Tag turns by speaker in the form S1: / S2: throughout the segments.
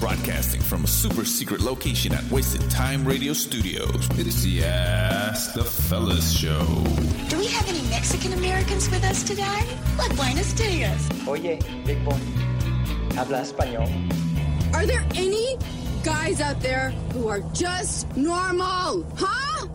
S1: broadcasting from a super secret location at Wasted Time Radio Studios. It is the Ask the Fellas Show.
S2: Do we have any Mexican Americans with us today? Like Buenos Dias.
S3: Oye, Big Boy, habla español.
S4: Are there any guys out there who are just normal? Huh?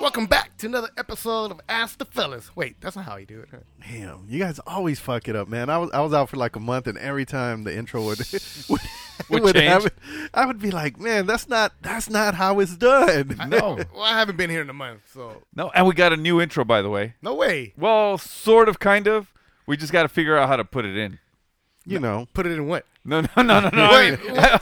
S5: Welcome back to another episode of Ask the Fellas. Wait, that's not how you do it. huh?
S6: Damn, you guys always fuck it up, man. I was I was out for like a month, and every time the intro would would,
S7: Would
S6: would
S7: change.
S6: happen, I would be like, man, that's not that's not how it's done.
S7: No.
S5: Well, I haven't been here in a month, so
S7: Oh, No, and we got a new intro, by the way.
S5: no way.
S7: Well, sort of, kind of. We just got to figure out how to put it in.
S6: you know,
S5: Put it in what?
S7: No, no, no, no, no. I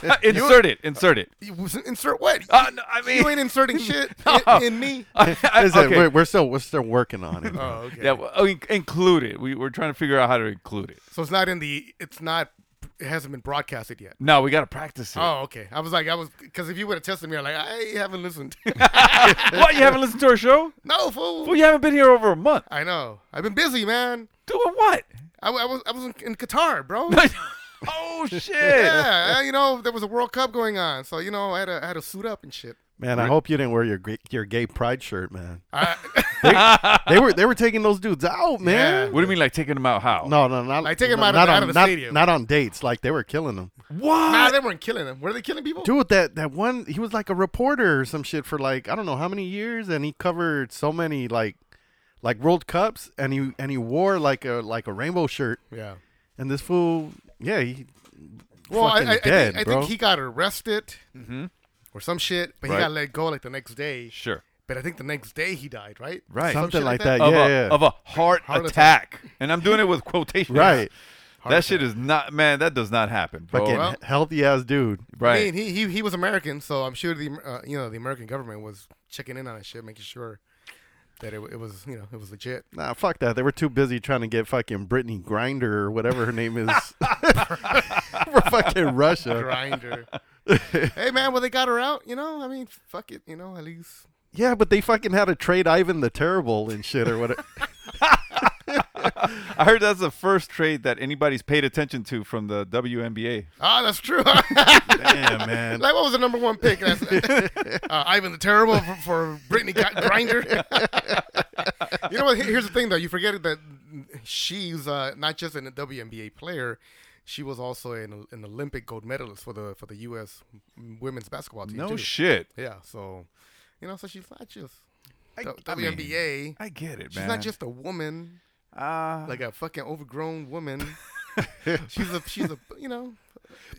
S5: Wait,
S7: mean, insert it. Insert it.
S5: You- Insert what?
S7: Uh, no, I mean,
S5: you ain't inserting shit
S7: No.
S5: in, in me.
S7: I,
S6: Listen,
S7: okay.
S6: we're, we're still we're still working on it.
S5: Oh, okay.
S7: Yeah, well, oh, in- include it. We, we're trying to figure out how to include it.
S5: So it's not in the. It's not. It hasn't been broadcasted yet.
S7: No, we got to practice it.
S5: Oh, okay. I was like, I was because if you would have tested me, I'm like, I haven't listened.
S7: What? You haven't listened to our show?
S5: no fool.
S7: Well, you haven't been here over a month.
S5: I know. I've been busy, man.
S7: Doing Oh, what?
S5: I, w- I was I was in, in Qatar, bro.
S7: oh shit!
S5: yeah, I- you know there was a World Cup going on, so you know I had to, I had to suit up and shit.
S6: Man, I hope you didn't wear your gay- your gay pride shirt, man.
S5: I,
S6: They were they were taking those dudes out, man.
S7: What do you mean, like taking them out? How?
S6: No, no, not
S5: Like, take 'em
S6: no,
S5: out of
S6: not
S5: the- out
S6: on-
S5: of the
S6: not-
S5: stadium.
S6: Not on dates, like they were killing them.
S7: What?
S5: nah, they weren't killing them. Were they killing people?
S6: Dude, that that one, he was like a reporter or some shit for like I don't know how many years, and he covered so many like like World Cups, and he and he wore like a like a rainbow shirt,
S5: Yeah.
S6: and this fool, yeah, he
S5: Well, I,
S6: fucking
S5: I, I,
S6: dead,
S5: think, I
S6: bro.
S5: think he got arrested or some shit, but
S7: Mm-hmm. Right.
S5: he got let go like the next day.
S7: Sure.
S5: But I think the next day he died, right?
S7: Right.
S5: Some
S6: something
S5: shit
S6: like that,
S7: Of,
S6: yeah,
S7: a,
S6: yeah.
S7: of a heart,
S5: Heart
S7: attack. and I'm doing it with quotations.
S6: right,
S7: that shit is not, man. That does not happen, bro.
S6: fucking
S5: Oh, well.
S6: healthy ass dude.
S7: right.
S5: I mean, he, he he was American, so I'm sure the uh, you know the American government was checking in on his shit, making sure that it, it was you know it was legit.
S6: Nah, fuck that. They were too busy trying to get fucking Brittany Grinder or whatever her name is for fucking Russia.
S5: Grinder. hey man, well they got her out, you know. I mean, fuck it, you know. At least
S6: Yeah, but they fucking had to trade Ivan the Terrible and shit or whatever.
S7: I heard that's the first trade that anybody's paid attention to from the WNBA.
S5: ah, that's true. like
S6: Damn man.
S5: what was the number one pick? That's, uh, Ivan the Terrible for, for Brittany Grinder. you know what? Here- Here's the thing though. You forget that she's uh, not just an WNBA player. She was also an, an Olympic gold medalist for the for the U.S. women's basketball team.
S7: No
S5: too.
S7: shit.
S5: Yeah, so you know, so she's not just
S7: I-
S5: the
S7: I mean,
S5: WNBA.
S7: I get it,
S5: she's
S7: man.
S5: not just a woman,
S6: Ah.
S7: Uh,
S5: like a fucking overgrown woman. she's a she's a you know,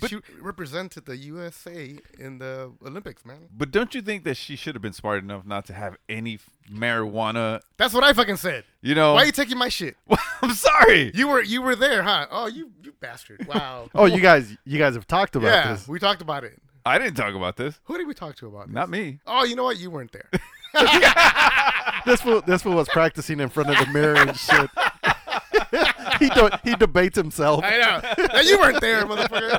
S5: she represented the USA in the Olympics, man.
S7: but don't you think that she should have been smart enough not to have any f- marijuana?
S5: That's what I fucking said.
S7: You know.
S5: Why are you taking my shit?
S7: I'm sorry.
S5: You were you were there, huh? Oh, you you bastard! Wow.
S6: Oh, you guys, you guys have talked about
S5: yeah,
S6: this.
S5: we talked about it.
S7: I didn't talk about this.
S5: Who did we talk to about this?
S7: Not me.
S5: Oh, you know what? You weren't there.
S6: This fool, this fool was practicing in front of the mirror and shit. he de- he debates himself.
S5: I know. Now, you weren't there, motherfucker.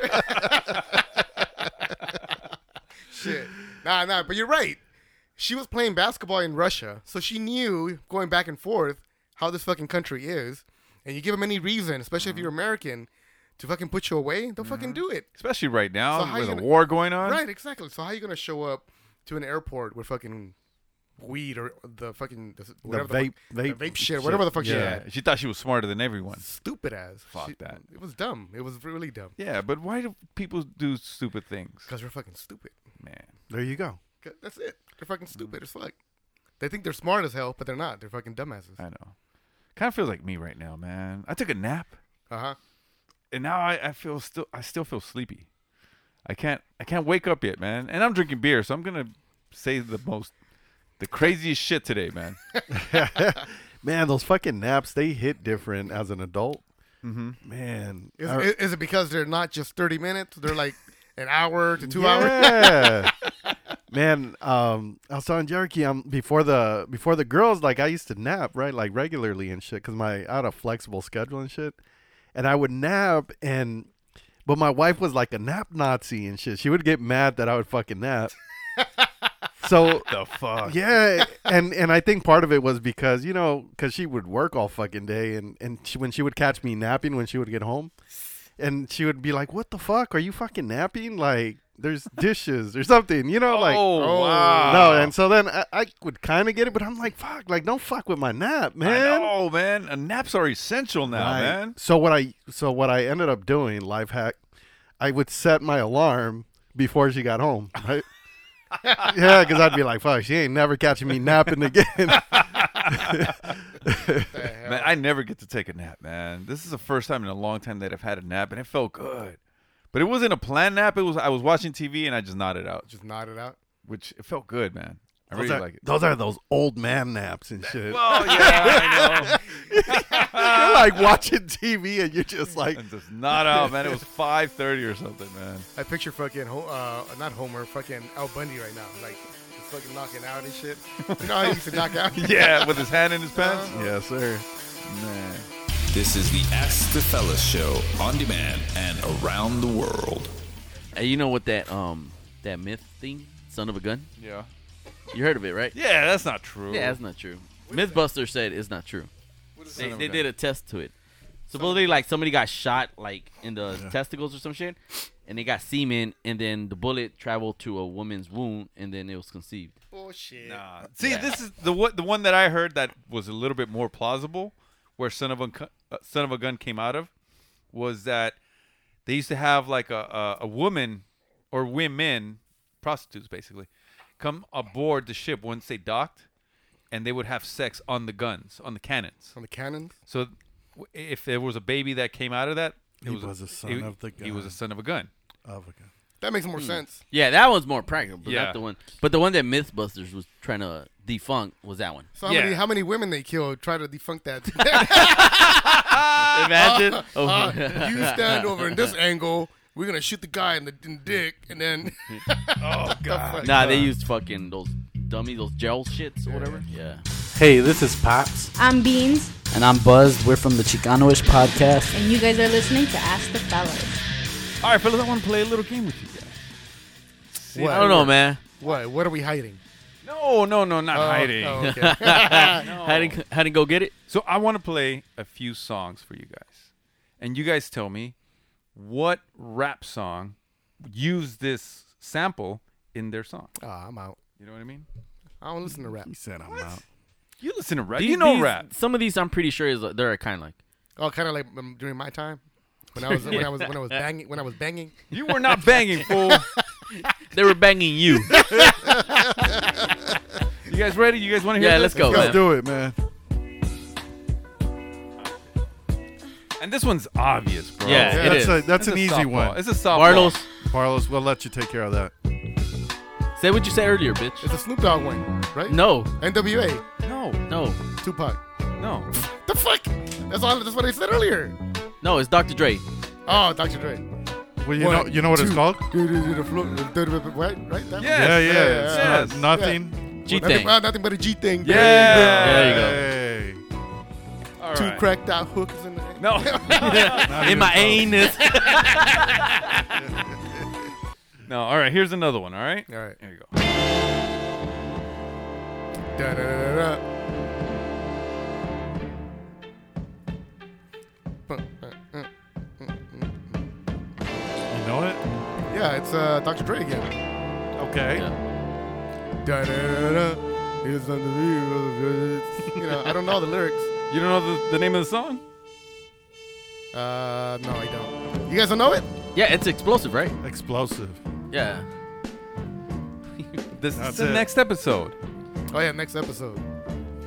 S5: Shit. Nah, nah, but you're right. She was playing basketball in Russia, so she knew going back and forth how this fucking country is. And you give them any reason, especially if you're American, to fucking put you away, they'll fucking do it.
S7: Especially right now
S5: So how
S7: with
S5: you
S7: a
S5: gonna-
S7: war going on.
S5: Right, exactly. So how you gonna show up to an airport with fucking weed or the fucking the, whatever
S6: vape-
S5: the,
S6: vape
S5: fuck, the vape shit, whatever the fuck she
S7: Yeah.
S5: had.
S7: She thought she was smarter than everyone.
S5: Stupid ass.
S7: Fuck
S5: She-
S7: that.
S5: It was dumb. It was really dumb.
S7: Yeah, but why do people do stupid things?
S5: Because we're fucking stupid.
S7: Man.
S6: There you go.
S5: 'Cause That's it. They're fucking stupid as fuck. They think they're smart as hell, but they're not. They're fucking dumbasses.
S7: I know. Kind of feels like me right now, man. I took a nap
S5: Uh huh.
S7: and now I, I feel still I still feel sleepy. I can't I can't wake up yet, man. And I'm drinking beer, so I'm gonna say the most the craziest shit today, man.
S6: Man, those fucking naps they hit different as an adult. Mm-hmm. Man,
S5: Is,
S6: I-
S5: is, is it because they're not just 30 minutes? They're like an hour to two hours?
S6: yeah. Man, um, I was telling Jericho um, before the before the girls, like I used to nap right, like regularly and shit, because my I had a flexible schedule and shit, and I would nap and, but my wife was like a nap Nazi and shit. She would get mad that I would fucking nap. so
S7: the fuck?
S6: yeah, and and I think part of it was because you know because she would work all fucking day, and and she, when she would catch me napping when she would get home, and she would be like, "What the fuck? Are you fucking napping? Like, there's dishes or something, you know? Like,
S7: oh, wow.
S6: no." And so then I, I would kind of get it, but I'm like, "Fuck! Like, don't fuck with my nap, man."
S7: Oh man, Uh, naps are essential now,
S6: Right.
S7: man.
S6: So what I so what I ended up doing, life hack, I would set my alarm before she got home. Right? yeah, because I'd be like, "Fuck, she ain't never catching me napping again."
S7: Man, I never get to take a nap, man. This is the first time in a long time that I've had a nap, and it felt good. But it wasn't a planned nap. It was I was watching TV and I just nodded out,
S5: Just nod it out.
S7: which it felt good, man. I
S6: those,
S7: really
S6: are,
S7: like it.
S6: those are those old man naps and shit.
S7: Oh yeah, I
S6: you're like watching TV and you're just like,
S7: know. And just nod out, man. It was five thirty or something, man.
S5: I picture fucking Ho- uh, not Homer, fucking Al Bundy right now, like just fucking knocking out and shit. You know how he used to knock out?
S7: Yeah, with his hand in his pants.
S6: "Yes, sir."
S7: Man.
S1: This is the Ask the Fellas show on demand and around the world.
S8: Hey, you know what that um that myth thing? Son of a gun.
S7: Yeah.
S8: You heard of it, right?
S7: Yeah, that's not true.
S8: Yeah, that's not true. MythBuster said it's not true. They, they did a test to it. Supposedly, like somebody got shot like in the testicles or some shit, and they got semen, and then the bullet traveled to a woman's wound, and then it was conceived.
S5: Bullshit.
S7: Nah. See, this is the what the one that I heard that was a little bit more plausible, where son of a Gu- uh, son of a gun came out of, was that they used to have like a a, a woman or women prostitutes basically come aboard the ship once they docked, and they would have sex on the guns on the cannons.
S5: On the cannons.
S7: So w- if there was a baby that came out of that, it
S6: He was a son
S7: he-
S6: of the
S7: He was a
S6: gun.
S7: son of a gun.
S6: Oh, okay.
S5: That makes more sense.
S8: Yeah, that one's more practical. But
S7: Yeah.
S8: not the one. But the one that MythBusters was trying to defunct was that one.
S5: So how
S7: Yeah.
S5: many how many women they killed try to defunk that?
S8: Imagine. oh,
S5: Uh, you stand over in this angle. We're gonna shoot the guy in the, in the dick, and then oh god,
S8: nah, they used fucking those dummy, those gel shits or whatever. Yeah.
S9: Hey, this is Pops,
S10: I'm Beans,
S9: and I'm Buzzed. We're from the Chicanoish podcast.
S10: and you guys are listening to Ask the Fellas.
S7: All right, fellas, I want to play a little game with you guys. See,
S8: I don't know, man.
S5: What? What are we hiding?
S7: No, no, no, not
S5: Oh,
S7: hiding.
S5: oh, okay.
S8: How did how did go get it?
S7: So I want to play a few songs for you guys, and you guys tell me what rap song used this sample in their song.
S5: Ah, I'm out.
S7: You know what I mean?
S5: I don't listen to rap.
S6: He said, "I'm out."
S7: You listen to
S6: Uh,
S7: rap.
S8: These-
S7: you know
S8: these-
S7: rap.
S8: Some of these I'm pretty sure is uh, they're kind of like.
S5: Oh, kind of like um, during my time when I was when I was when I was banging when I was banging.
S7: You were not banging, fool.
S8: They were banging you.
S7: You guys ready? You guys want to hear?
S8: yeah,
S7: this?
S8: let's
S9: Oh,
S8: go.
S6: Let's
S8: man.
S6: do it, man.
S7: And this one's obvious, bro.
S8: Yeah, it
S6: that's
S8: is.
S6: a that's,
S7: It's
S6: an
S7: a
S6: easy
S7: softball.
S6: one.
S7: It's a softball.
S8: Bartles,
S6: Carlos, we'll let you take care of that.
S8: say what you said earlier, bitch.
S5: It's a Snoop Dogg one, right?
S8: No,
S5: NWA,
S7: No,
S8: no,
S5: Tupac.
S7: no.
S5: The fuck? That's all. That's what I said earlier.
S8: no. It's Dr. Dre.
S5: Oh, Dr. Dre.
S6: Well, you
S5: One,
S6: know you know what it's
S5: two.
S6: called?
S5: Do, do, do, the floor, do, do, do, do, Right? Right? That
S7: Yes,
S6: yeah, yeah.
S7: yes,
S6: it's
S7: yes.
S6: not- nothing.
S8: G
S5: one? Nothing,
S8: thing.
S5: uh, nothing but a G thing.
S7: Yeah.
S8: There you go.
S6: Hey.
S7: All
S5: Two
S7: right.
S5: cracked out hookers in the.
S7: No.
S8: In my anus.
S7: no. All right. Here's another one. All right.
S5: All right.
S7: Here you go.
S5: Da, da, da, da, da.
S6: You know it?
S5: Yeah, it's uh, Dr. Dre again.
S6: Okay.
S5: Da, da, da, da, da. Here's something to be- You know, I don't know the lyrics.
S7: You don't know the, the name of the song?
S5: Uh, no, I don't. You guys don't know it?
S8: yeah, it's explosive, right?
S6: Explosive.
S8: Yeah.
S7: This
S6: That's
S7: is the
S6: it.
S7: next episode.
S5: Oh yeah, next episode.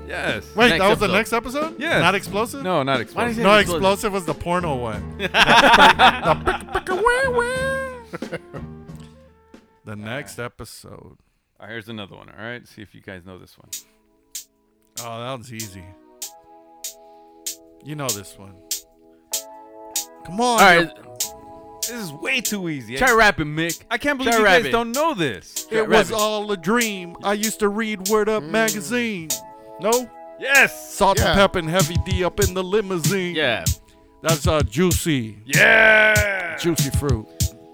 S7: Yes.
S6: Wait,
S8: Next
S6: that was
S8: episode.
S6: the next episode?
S7: Yes.
S6: Not explosive?
S7: No, not explosive.
S6: No,
S8: Explosive.
S6: explosive was the porno one. the, pick- pick- wah, wah. The next
S7: All
S6: episode.
S7: right, here's another one. All right, see if you guys know this one.
S6: Oh, that was easy. You know this one. Come on.
S8: All right,
S7: This is way too easy.
S8: try rapping, Mick.
S7: I can't believe
S8: try
S7: you guys
S8: rapping.
S7: don't know this.
S8: Try
S6: It was
S8: rapping. Mm.
S6: all a dream. I used to read Word Up magazine. No?
S7: Yes.
S6: Salt
S5: Yeah.
S6: and pep and heavy D up in the limousine.
S8: Yeah.
S6: That's uh, juicy.
S7: Yeah.
S6: Juicy fruit.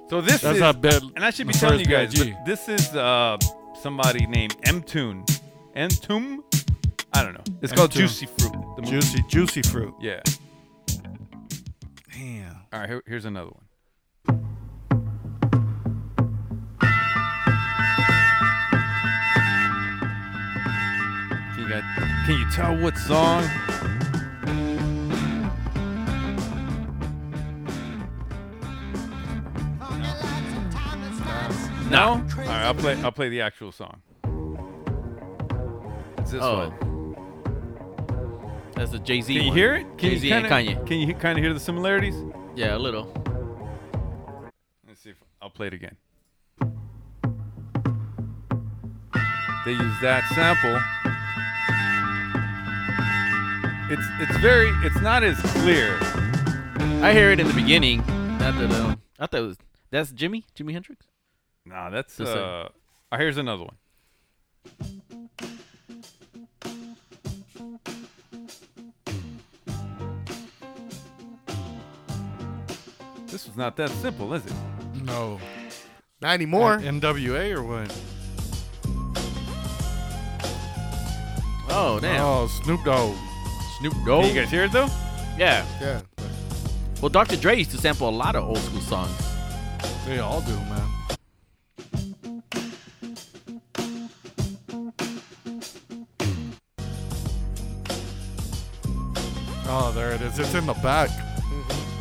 S7: So this
S6: That's
S7: is,
S6: not bad.
S7: and I should be
S6: The
S7: telling you guys,
S6: first BIG.
S7: but this is uh somebody named M Tune, M Tune. I don't know. It's called
S6: M Tune.
S7: Juicy Fruit. The movie.
S6: Juicy, juicy fruit.
S7: Yeah.
S6: Damn.
S7: All right, here, here's another one. Can you, got- can you tell what song? No. All right, I'll play. I'll play the actual song. It's this
S8: Oh.
S7: one.
S8: That's the Jay Z.
S7: Can you hear it? Can
S8: Jay Z
S7: you
S8: and
S7: kinda,
S8: Kanye.
S7: Can you kind of hear the similarities?
S8: Yeah, a little.
S7: Let's see if I'll play it again. They use that sample. It's it's very it's not as clear.
S8: I hear it in the beginning. Not that, um, I thought it was that's Jimmy, Jimi Hendrix.
S7: Nah, that's uh.
S8: Just like-
S7: oh, here's another one. This was not that simple, is it?
S6: No.
S5: Not anymore.
S6: NWA or what?
S8: Oh damn,
S6: Oh, Snoop Dogg.
S8: Snoop
S7: Can
S8: Dogg.
S7: you guys hear it though?
S8: Yeah.
S5: Yeah.
S8: Well, Dr. Dre used to sample a lot of old school songs.
S6: They all do, man. Oh, there it is. It's in the back.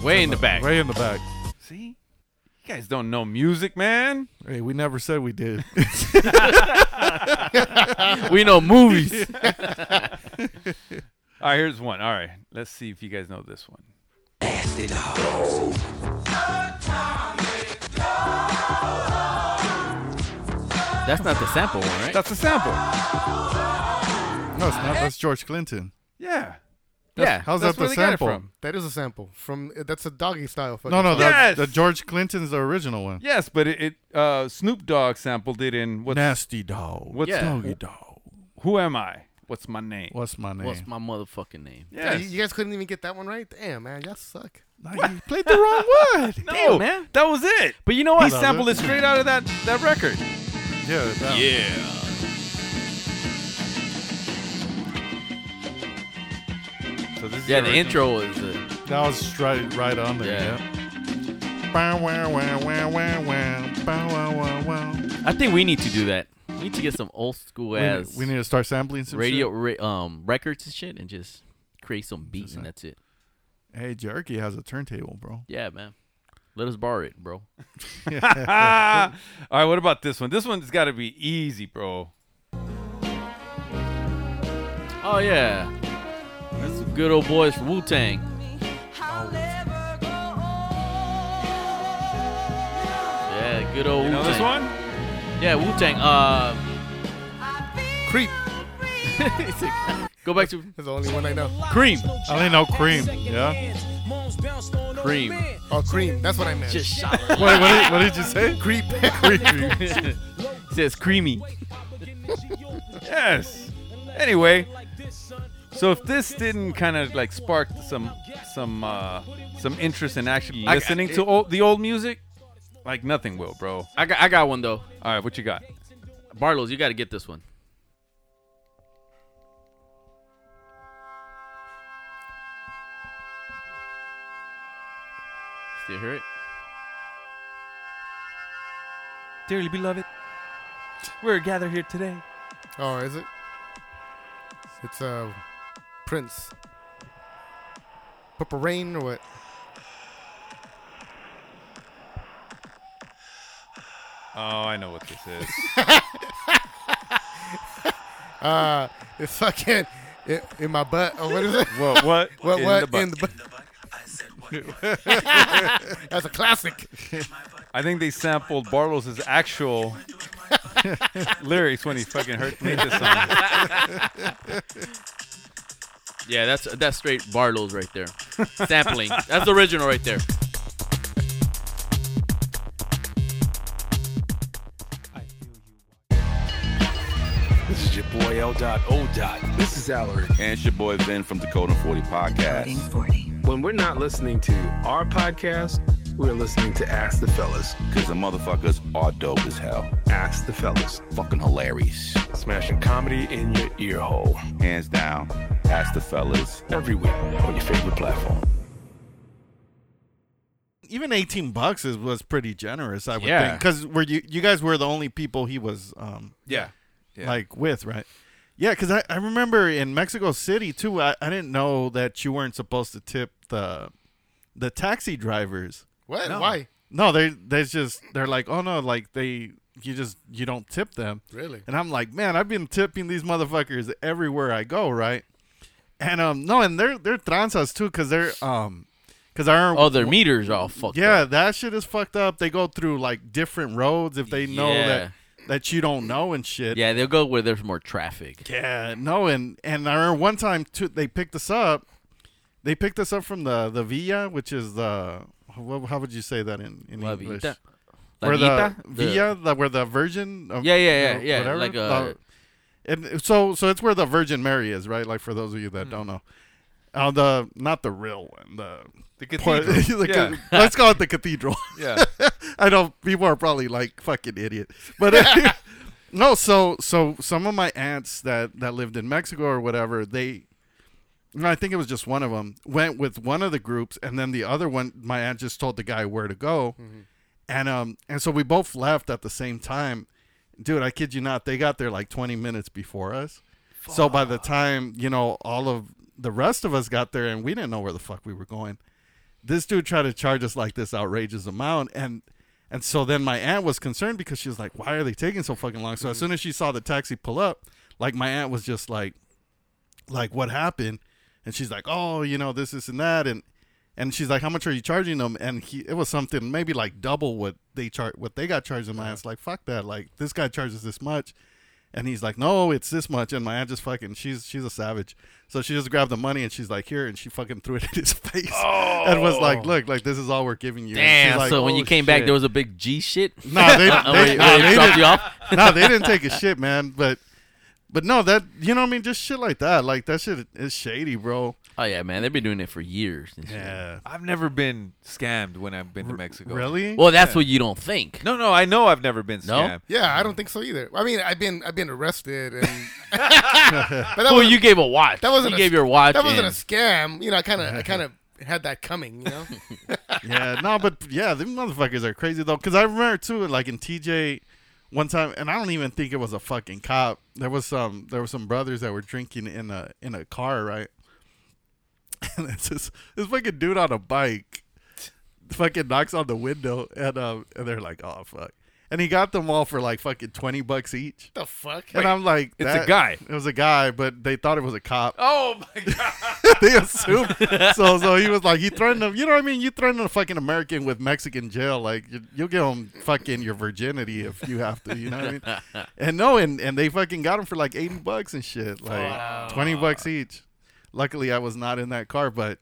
S8: Way in the back.
S6: Way in the back.
S7: See, you guys don't know music, man.
S6: Hey, we never said we did.
S8: We know movies.
S7: All right, here's one. All right, let's see if you guys know this one.
S8: That's not the sample one, right?
S7: That's a sample.
S6: no, it's not. That's George Clinton.
S7: Yeah.
S8: yeah.
S6: How's
S7: That's
S6: that
S7: where they
S6: the
S7: got it
S6: sample?
S7: from.
S5: That is a sample from. That's a doggy style. Fucking
S6: No, no,
S5: song.
S6: the,
S7: Yes!
S6: the George Clinton's the original one.
S7: Yes, but it, it uh, Snoop Dogg sampled it in what's
S6: Nasty dog.
S7: what's
S8: Yeah.
S6: Doggy dog.
S7: who am I? What's my name?
S6: What's my name?
S8: What's my motherfucking name?
S5: Yeah,
S7: Yes.
S5: you- you guys couldn't even get that one right. Damn, man, y'all suck.
S6: No, you played the wrong one.
S7: no,
S8: Damn, man.
S7: that was it. But you know what? He
S6: Love
S7: sampled
S6: it.
S7: it straight out of that that record.
S6: Yeah, that-
S7: So this is
S8: Yeah, the
S7: original.
S8: intro is. Uh,
S6: That was straight right on there.
S8: Yeah.
S6: Yeah. Bow, wow, wow, wow, wow, wow. Bow, wow, wow, wow.
S8: I think we need to do that. We need to get some old school
S6: We,
S8: ass
S6: need, we need to start sampling some
S8: radio
S6: shit.
S8: ra- um records and shit, and just create some beats, and that's it.
S6: Hey, Jerky has a turntable, bro.
S8: Yeah, man. Let us borrow it, bro.
S7: Ah! All right, what about this one? This one's got to be easy, bro.
S8: Oh yeah, that's some good old boys from Wu Tang. Yeah, good old
S7: You know
S8: Wu Tang.
S7: this one?
S8: Yeah, Wu Tang. Uh,
S5: Creep
S8: it's a- go back to
S5: is the only one I know.
S8: Cream.
S6: I only know Cream. Yeah.
S8: Cream.
S5: Oh, cream. That's what I meant.
S8: Just shot.
S6: Wait, what did, what did you say?
S5: creep.
S6: Cream.
S8: it says creamy.
S7: Yes. Anyway, so if this didn't kind of like spark some some uh, some interest in actually
S8: I-
S7: listening to old, the old music, like nothing will, bro.
S8: I got I got one though.
S7: All right, what you got?
S8: Barlow's, you got to get this one. Still hear it?
S7: Dearly beloved, we're gathered here today.
S5: Oh, is it? It's uh, Prince. Purple Rain or what?
S7: Oh, I know what this is.
S5: Uh, it's fucking in, in my butt. Oh, what is it?
S7: what? What?
S5: What?
S7: in
S5: what?
S7: the butt.
S5: in the butt. That's a classic.
S7: I think they sampled Barlow's actual lyrics when he fucking heard made this song.
S8: Yeah, that's that's straight Barlow's right there. Sampling. That's the original right there.
S11: This is your boy L. Dot O. Dot. This is Alaric.
S1: And it's your boy Vin from Dakota 40 Podcast.
S11: When we're not listening to our podcast, we're listening to Ask the Fellas.
S1: Because the motherfuckers are dope as hell.
S11: Ask the Fellas.
S1: Fucking hilarious.
S11: Smashing comedy in your ear hole
S1: Hands down. Ask the fellas.
S11: every week on your favorite platform.
S6: even 18 bucks is, was pretty generous, I would
S7: Yeah.
S6: think. Because were you you guys were the only people he was um
S7: Yeah. Yeah.
S6: like with, right? Yeah, because I, I remember in Mexico City too. I, I didn't know that you weren't supposed to tip the the taxi drivers.
S5: What? No. Why?
S6: No, they there's just they're like, oh no, like they you just you don't tip them.
S5: Really?
S6: And I'm like, man, I've been tipping these motherfuckers everywhere I go, right? And um no, and they're they're tranzas too, cause they're um, cause I
S8: Oh, their meters are all fucked
S6: yeah, that shit is fucked up. They go through like different roads if they know
S8: Yeah.
S6: that that you don't know and shit.
S8: Yeah, they'll go where there's more traffic.
S6: Yeah, no, and and I remember one time too, they picked us up. They picked us up from the the villa, which is the what, how would you say that in in
S8: La
S6: English?
S8: Vita? La
S6: Where the
S8: Vita? The-
S6: villa, the, where the Virgin? Of,
S8: Yeah, yeah, yeah,
S6: you know,
S8: yeah,
S6: whatever,
S8: like, uh,
S6: uh, and so so it's where the Virgin Mary is, right? Like for those of you
S8: Hmm.
S6: that don't know, uh, the not the real one, the
S7: The
S6: Port-
S7: cathedral.
S6: the ca-
S7: Yeah.
S6: uh, Let's call it the cathedral.
S7: Yeah.
S6: I know people are probably like fucking idiot, but uh, no. So so some of my aunts that that lived in Mexico or whatever, they. No, I think it was just one of them went with one of the groups, and then the other one. My aunt just told the guy where to go,
S7: Mm-hmm.
S6: and um, and so we both left at the same time. Dude, I kid you not, they got there like 20 minutes before us. So by the time you know all of the rest of us got there, and we didn't know where the fuck we were going this dude tried to charge us like this outrageous amount and and so then my aunt was concerned because she was like why are they taking so fucking long so as soon as she saw the taxi pull up like my aunt was just like like what happened and she's like oh you know this this and that and and she's like how much are you charging them and he it was something maybe like double what they char what they got charged and my aunt's like fuck that like this guy charges this much and he's like, "No, it's this much." And my aunt just fucking, she's she's a savage. So she just grabbed the money and she's like, "Here," and she fucking threw it in his face and was like, "Look, like this is all we're giving you." And she's
S8: Oh. Damn.
S6: like,
S8: so when
S6: "Oh,
S8: you came back,
S6: shit."
S8: there was a big G shit.
S6: no, they, they,
S8: Uh, where-
S6: nah,
S8: where it
S6: they
S8: dropped
S6: didn't,
S8: you off.
S6: nah, they didn't take a shit, man. But but no, that you know what I mean, just shit like that, like that shit is shady, bro.
S8: Oh yeah, man, they've been doing it for years. and shit.
S6: Yeah,
S7: I've never been scammed when I've been to Mexico.
S6: really?
S8: Well, that's what you don't think.
S7: No, no, I know I've never been
S8: No?
S7: scammed.
S5: Yeah, I don't think so either. I mean, I've been I've been arrested, and but that
S8: Well,
S5: wasn't-
S8: you gave a watch.
S5: that wasn't
S8: you
S5: a,
S8: gave your watch.
S5: That wasn't
S8: and-
S5: a scam. You know, I kind of I kind of had that coming. You know,
S6: yeah, no, but yeah, them motherfuckers are crazy though. Because I remember too, like in TJ, one time, and I don't even think it was a fucking cop. There was some, there were some brothers that were drinking in a in a car, right? And it's this this fucking dude on a bike, fucking knocks on the window, and um, and they're like, oh fuck, and he got them all for like fucking twenty bucks each.
S5: the fuck.
S6: and I'm like,
S7: it's a
S6: that-
S7: guy.
S6: It was a guy, but they thought it was a cop
S7: Oh my god.
S6: they assume. So so he was like, he threatened him. You know what I mean? You threaten a fucking American with Mexican jail, like you, you'll give him fucking your virginity if you have to. You know what I mean? And no, and and they fucking got him for like eighty bucks and shit, like twenty bucks each. Luckily, I was not in that car, but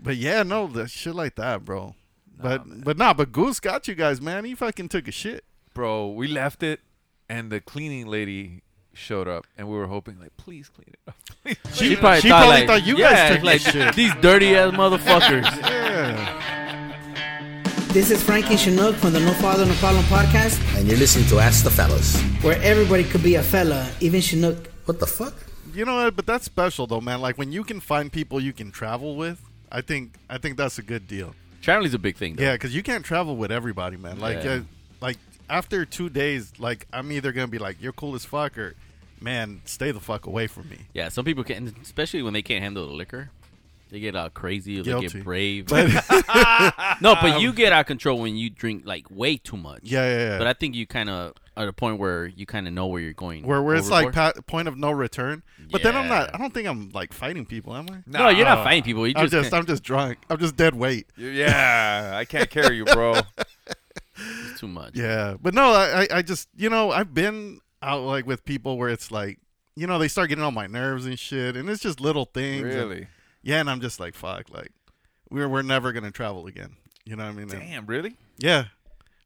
S6: but yeah, no, the shit like that, bro. But but nah, but Goose got you guys, man. He fucking took a shit.
S7: Bro, we left it and the cleaning lady showed up and we were hoping like please clean it up. Please clean
S8: She
S7: it
S8: probably,
S6: she
S8: thought,
S6: probably
S8: like,
S6: thought you guys
S8: yeah,
S6: took
S8: like,
S6: this shit.
S8: These dirty ass motherfuckers.
S6: Yeah.
S12: This is Frankie Chinook from the No Father No Problem podcast,
S9: And you're listening to Ask the Fellas.
S12: where everybody could be a fella, even Chinook.
S9: What the fuck?
S6: You know what? But that's special though, man. Like when you can find people you can travel with, I think I think that's a good deal.
S8: Traveling's a big thing. Though.
S6: Yeah, because you can't travel with everybody, man. Like,
S8: Yeah.
S6: uh, like after two days, like I'm either gonna be like, "You're cool as fuck," or, "Man, stay the fuck away from me."
S8: Yeah, some people can, especially when they can't handle the liquor. They get all crazy. Or they
S6: Guilty.
S8: get brave.
S6: But
S8: no, but you get out of control when you drink like way too much.
S6: Yeah, yeah, yeah.
S8: But I think you kind of at a point where you kind of know where you're going.
S6: where where it's like
S8: overboard.
S6: pa- point of no return. But then I'm not.
S8: Yeah.
S6: I don't think I'm like fighting people, am I?
S8: no, you're not fighting people. You
S6: I'm
S8: just,
S6: just I'm just drunk. I'm just dead weight.
S7: Yeah, I can't carry you, bro.
S8: it's too much.
S6: Yeah, but no, I I- I just you know I've been out like with people where it's like you know they start getting on my nerves and shit, and it's just little things. and-
S7: really?
S6: yeah, and I'm just like fuck, like we're we're never gonna travel again. You know what I mean? And-
S7: Damn, really?
S6: Yeah.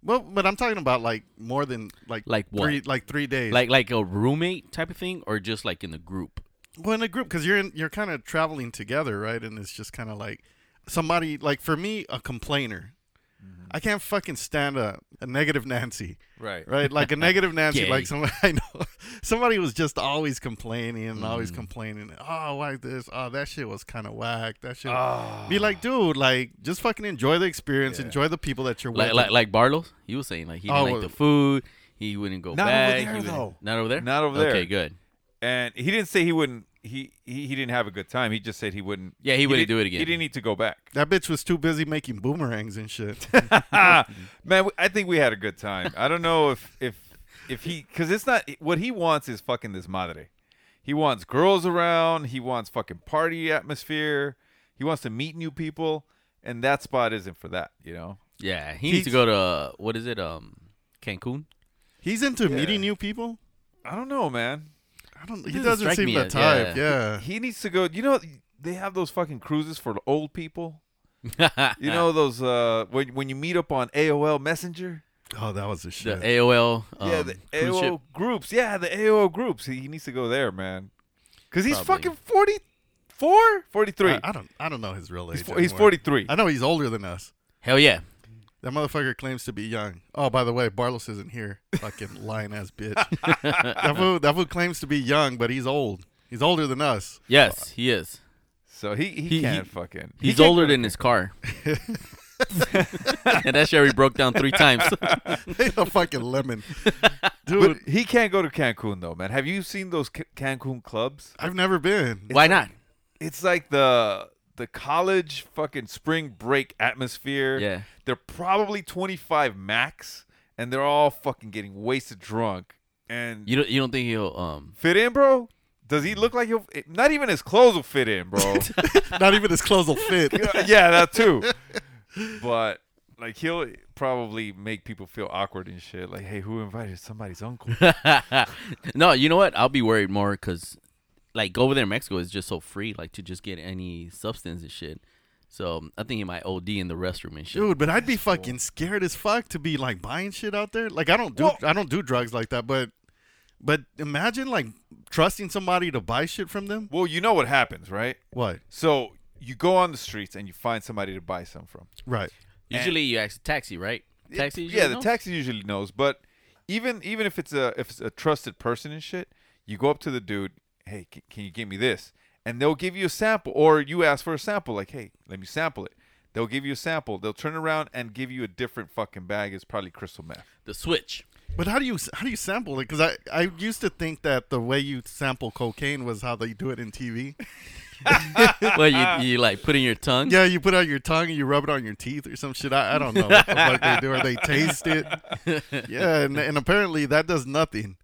S6: Well, but I'm talking about like more than like
S8: Like what?
S6: three like three days
S8: Like like a roommate type of thing, or just like in the group.
S6: well in a group because you're in, you're kind of
S8: Mm-hmm.
S6: traveling together right and it's just kind of like somebody like for me a complainer I can't fucking stand a, a negative Nancy.
S7: Right.
S6: Right. Like a negative Nancy.
S7: Gay.
S6: like somebody I know. Somebody was just always complaining and always
S8: Mm-hmm.
S6: complaining. Oh, why this? Oh, that shit was kind of whack. That shit.
S8: Ah.
S6: Be like, dude, like just fucking enjoy the experience. Enjoy the people that you're
S8: Like,
S6: with.
S8: like like Barlow's, he was saying like he didn't
S6: Oh,
S8: like
S6: well-
S8: the food. He wouldn't go
S7: uh, Not over
S8: back.
S7: there,
S8: he wouldn't-
S7: though.
S8: Not over there.
S7: Not over there.
S8: Okay, good.
S7: And he didn't say he wouldn't. He he, he didn't have a good time. He just said he wouldn't.
S8: Yeah, he wouldn't
S7: didn't-
S8: do it again.
S7: He didn't need to go back.
S6: that bitch was too busy making boomerangs and shit.
S7: Ah,
S8: Mm-hmm.
S7: man, we- I think we had a good time. I don't know if if if he because it's not what he wants is fucking this madre. He wants girls around. He wants fucking party atmosphere. He wants to meet new people, and that spot isn't for that. You know.
S8: Yeah, he needs to go to uh, what is it? Um, Cancun.
S6: He's into
S7: Yeah.
S6: meeting new people.
S7: I don't know, man.
S6: I don't.
S8: It
S6: he
S8: doesn't
S6: doesn't
S8: strike
S6: seem
S8: me
S6: the
S8: as-
S6: type.
S8: yeah.
S6: Yeah.
S7: He needs to go. You know, they have those fucking cruises for old people. you know those uh when when you meet up on AOL Messenger.
S6: Oh, that was a
S8: The
S6: shit.
S8: AOL.
S7: yeah,
S8: um,
S7: the
S8: cruise
S7: AOL
S8: ship.
S7: groups. Yeah, the AOL groups. He, he needs to go there, man. Because he's
S8: Probably.
S7: fucking 44, 43.
S6: I, I don't. I don't know his real age.
S7: he's, fo- he's
S6: anymore.
S7: 43.
S6: I know he's older than us.
S8: Hell yeah.
S6: That motherfucker claims to be young. Oh, by the way, Barlos isn't here. Fucking lying ass bitch. that fool, that fool claims to be young, but he's old. He's older than us.
S8: Yes, he is.
S7: So he, he,
S8: He-
S7: can't
S8: he-
S7: fucking. he
S8: He's
S7: can't
S8: older
S7: go-
S8: than his car. and that Sherry broke down three times.
S6: he's a fucking lemon,
S7: But
S6: dude.
S7: he can't go to Cancun, though, man. Have you seen those Ca- Cancun clubs?
S6: I've never been.
S8: Why not?
S7: It's like the the college fucking spring break atmosphere.
S8: Yeah.
S7: They're probably 25 max, and they're all fucking getting wasted drunk. And
S8: You don't. You don't think he'll um
S7: fit in, bro? Does he look like he'll. Not even his clothes will fit in, bro.
S6: Not even his clothes will fit.
S7: yeah, that too. But like he'll probably make people feel awkward and shit. Like, hey, who invited somebody's uncle?
S8: no, you know what? I'll be worried more because, like, over there in Mexico is just so free, like, to just get any substance and shit. So um, I think he might OD in the restroom and shit.
S6: Dude, but I'd be fucking scared as fuck to be like buying shit out there. Like I don't do
S7: Well-
S6: I don't do drugs like that, but but imagine like trusting somebody to buy shit from them.
S7: well, you know what happens, right?
S6: What?
S7: So you go on the streets and you find somebody to buy some from.
S6: Right.
S8: usually, you ask the taxi, right? Taxi.
S7: It-
S8: usually
S7: yeah, the
S8: knows?
S7: taxi usually knows, but even even if it's a if it's a trusted person and shit, you go up to the dude, hey, can, can you give me this? And they'll give you a sample, or you ask for a sample, like, hey, let me sample it. They'll give you a sample. They'll turn around and give you a different fucking bag. It's probably crystal meth.
S8: The switch.
S6: But how do you how do you sample it? Because I I used to think that the way you sample cocaine was how they do it in TV.
S8: well, you you like put in your tongue.
S6: Yeah, you put out your tongue and you rub it on your teeth or some shit. I, I don't know what the fuck they do or they taste it. Yeah, and, and apparently that does nothing.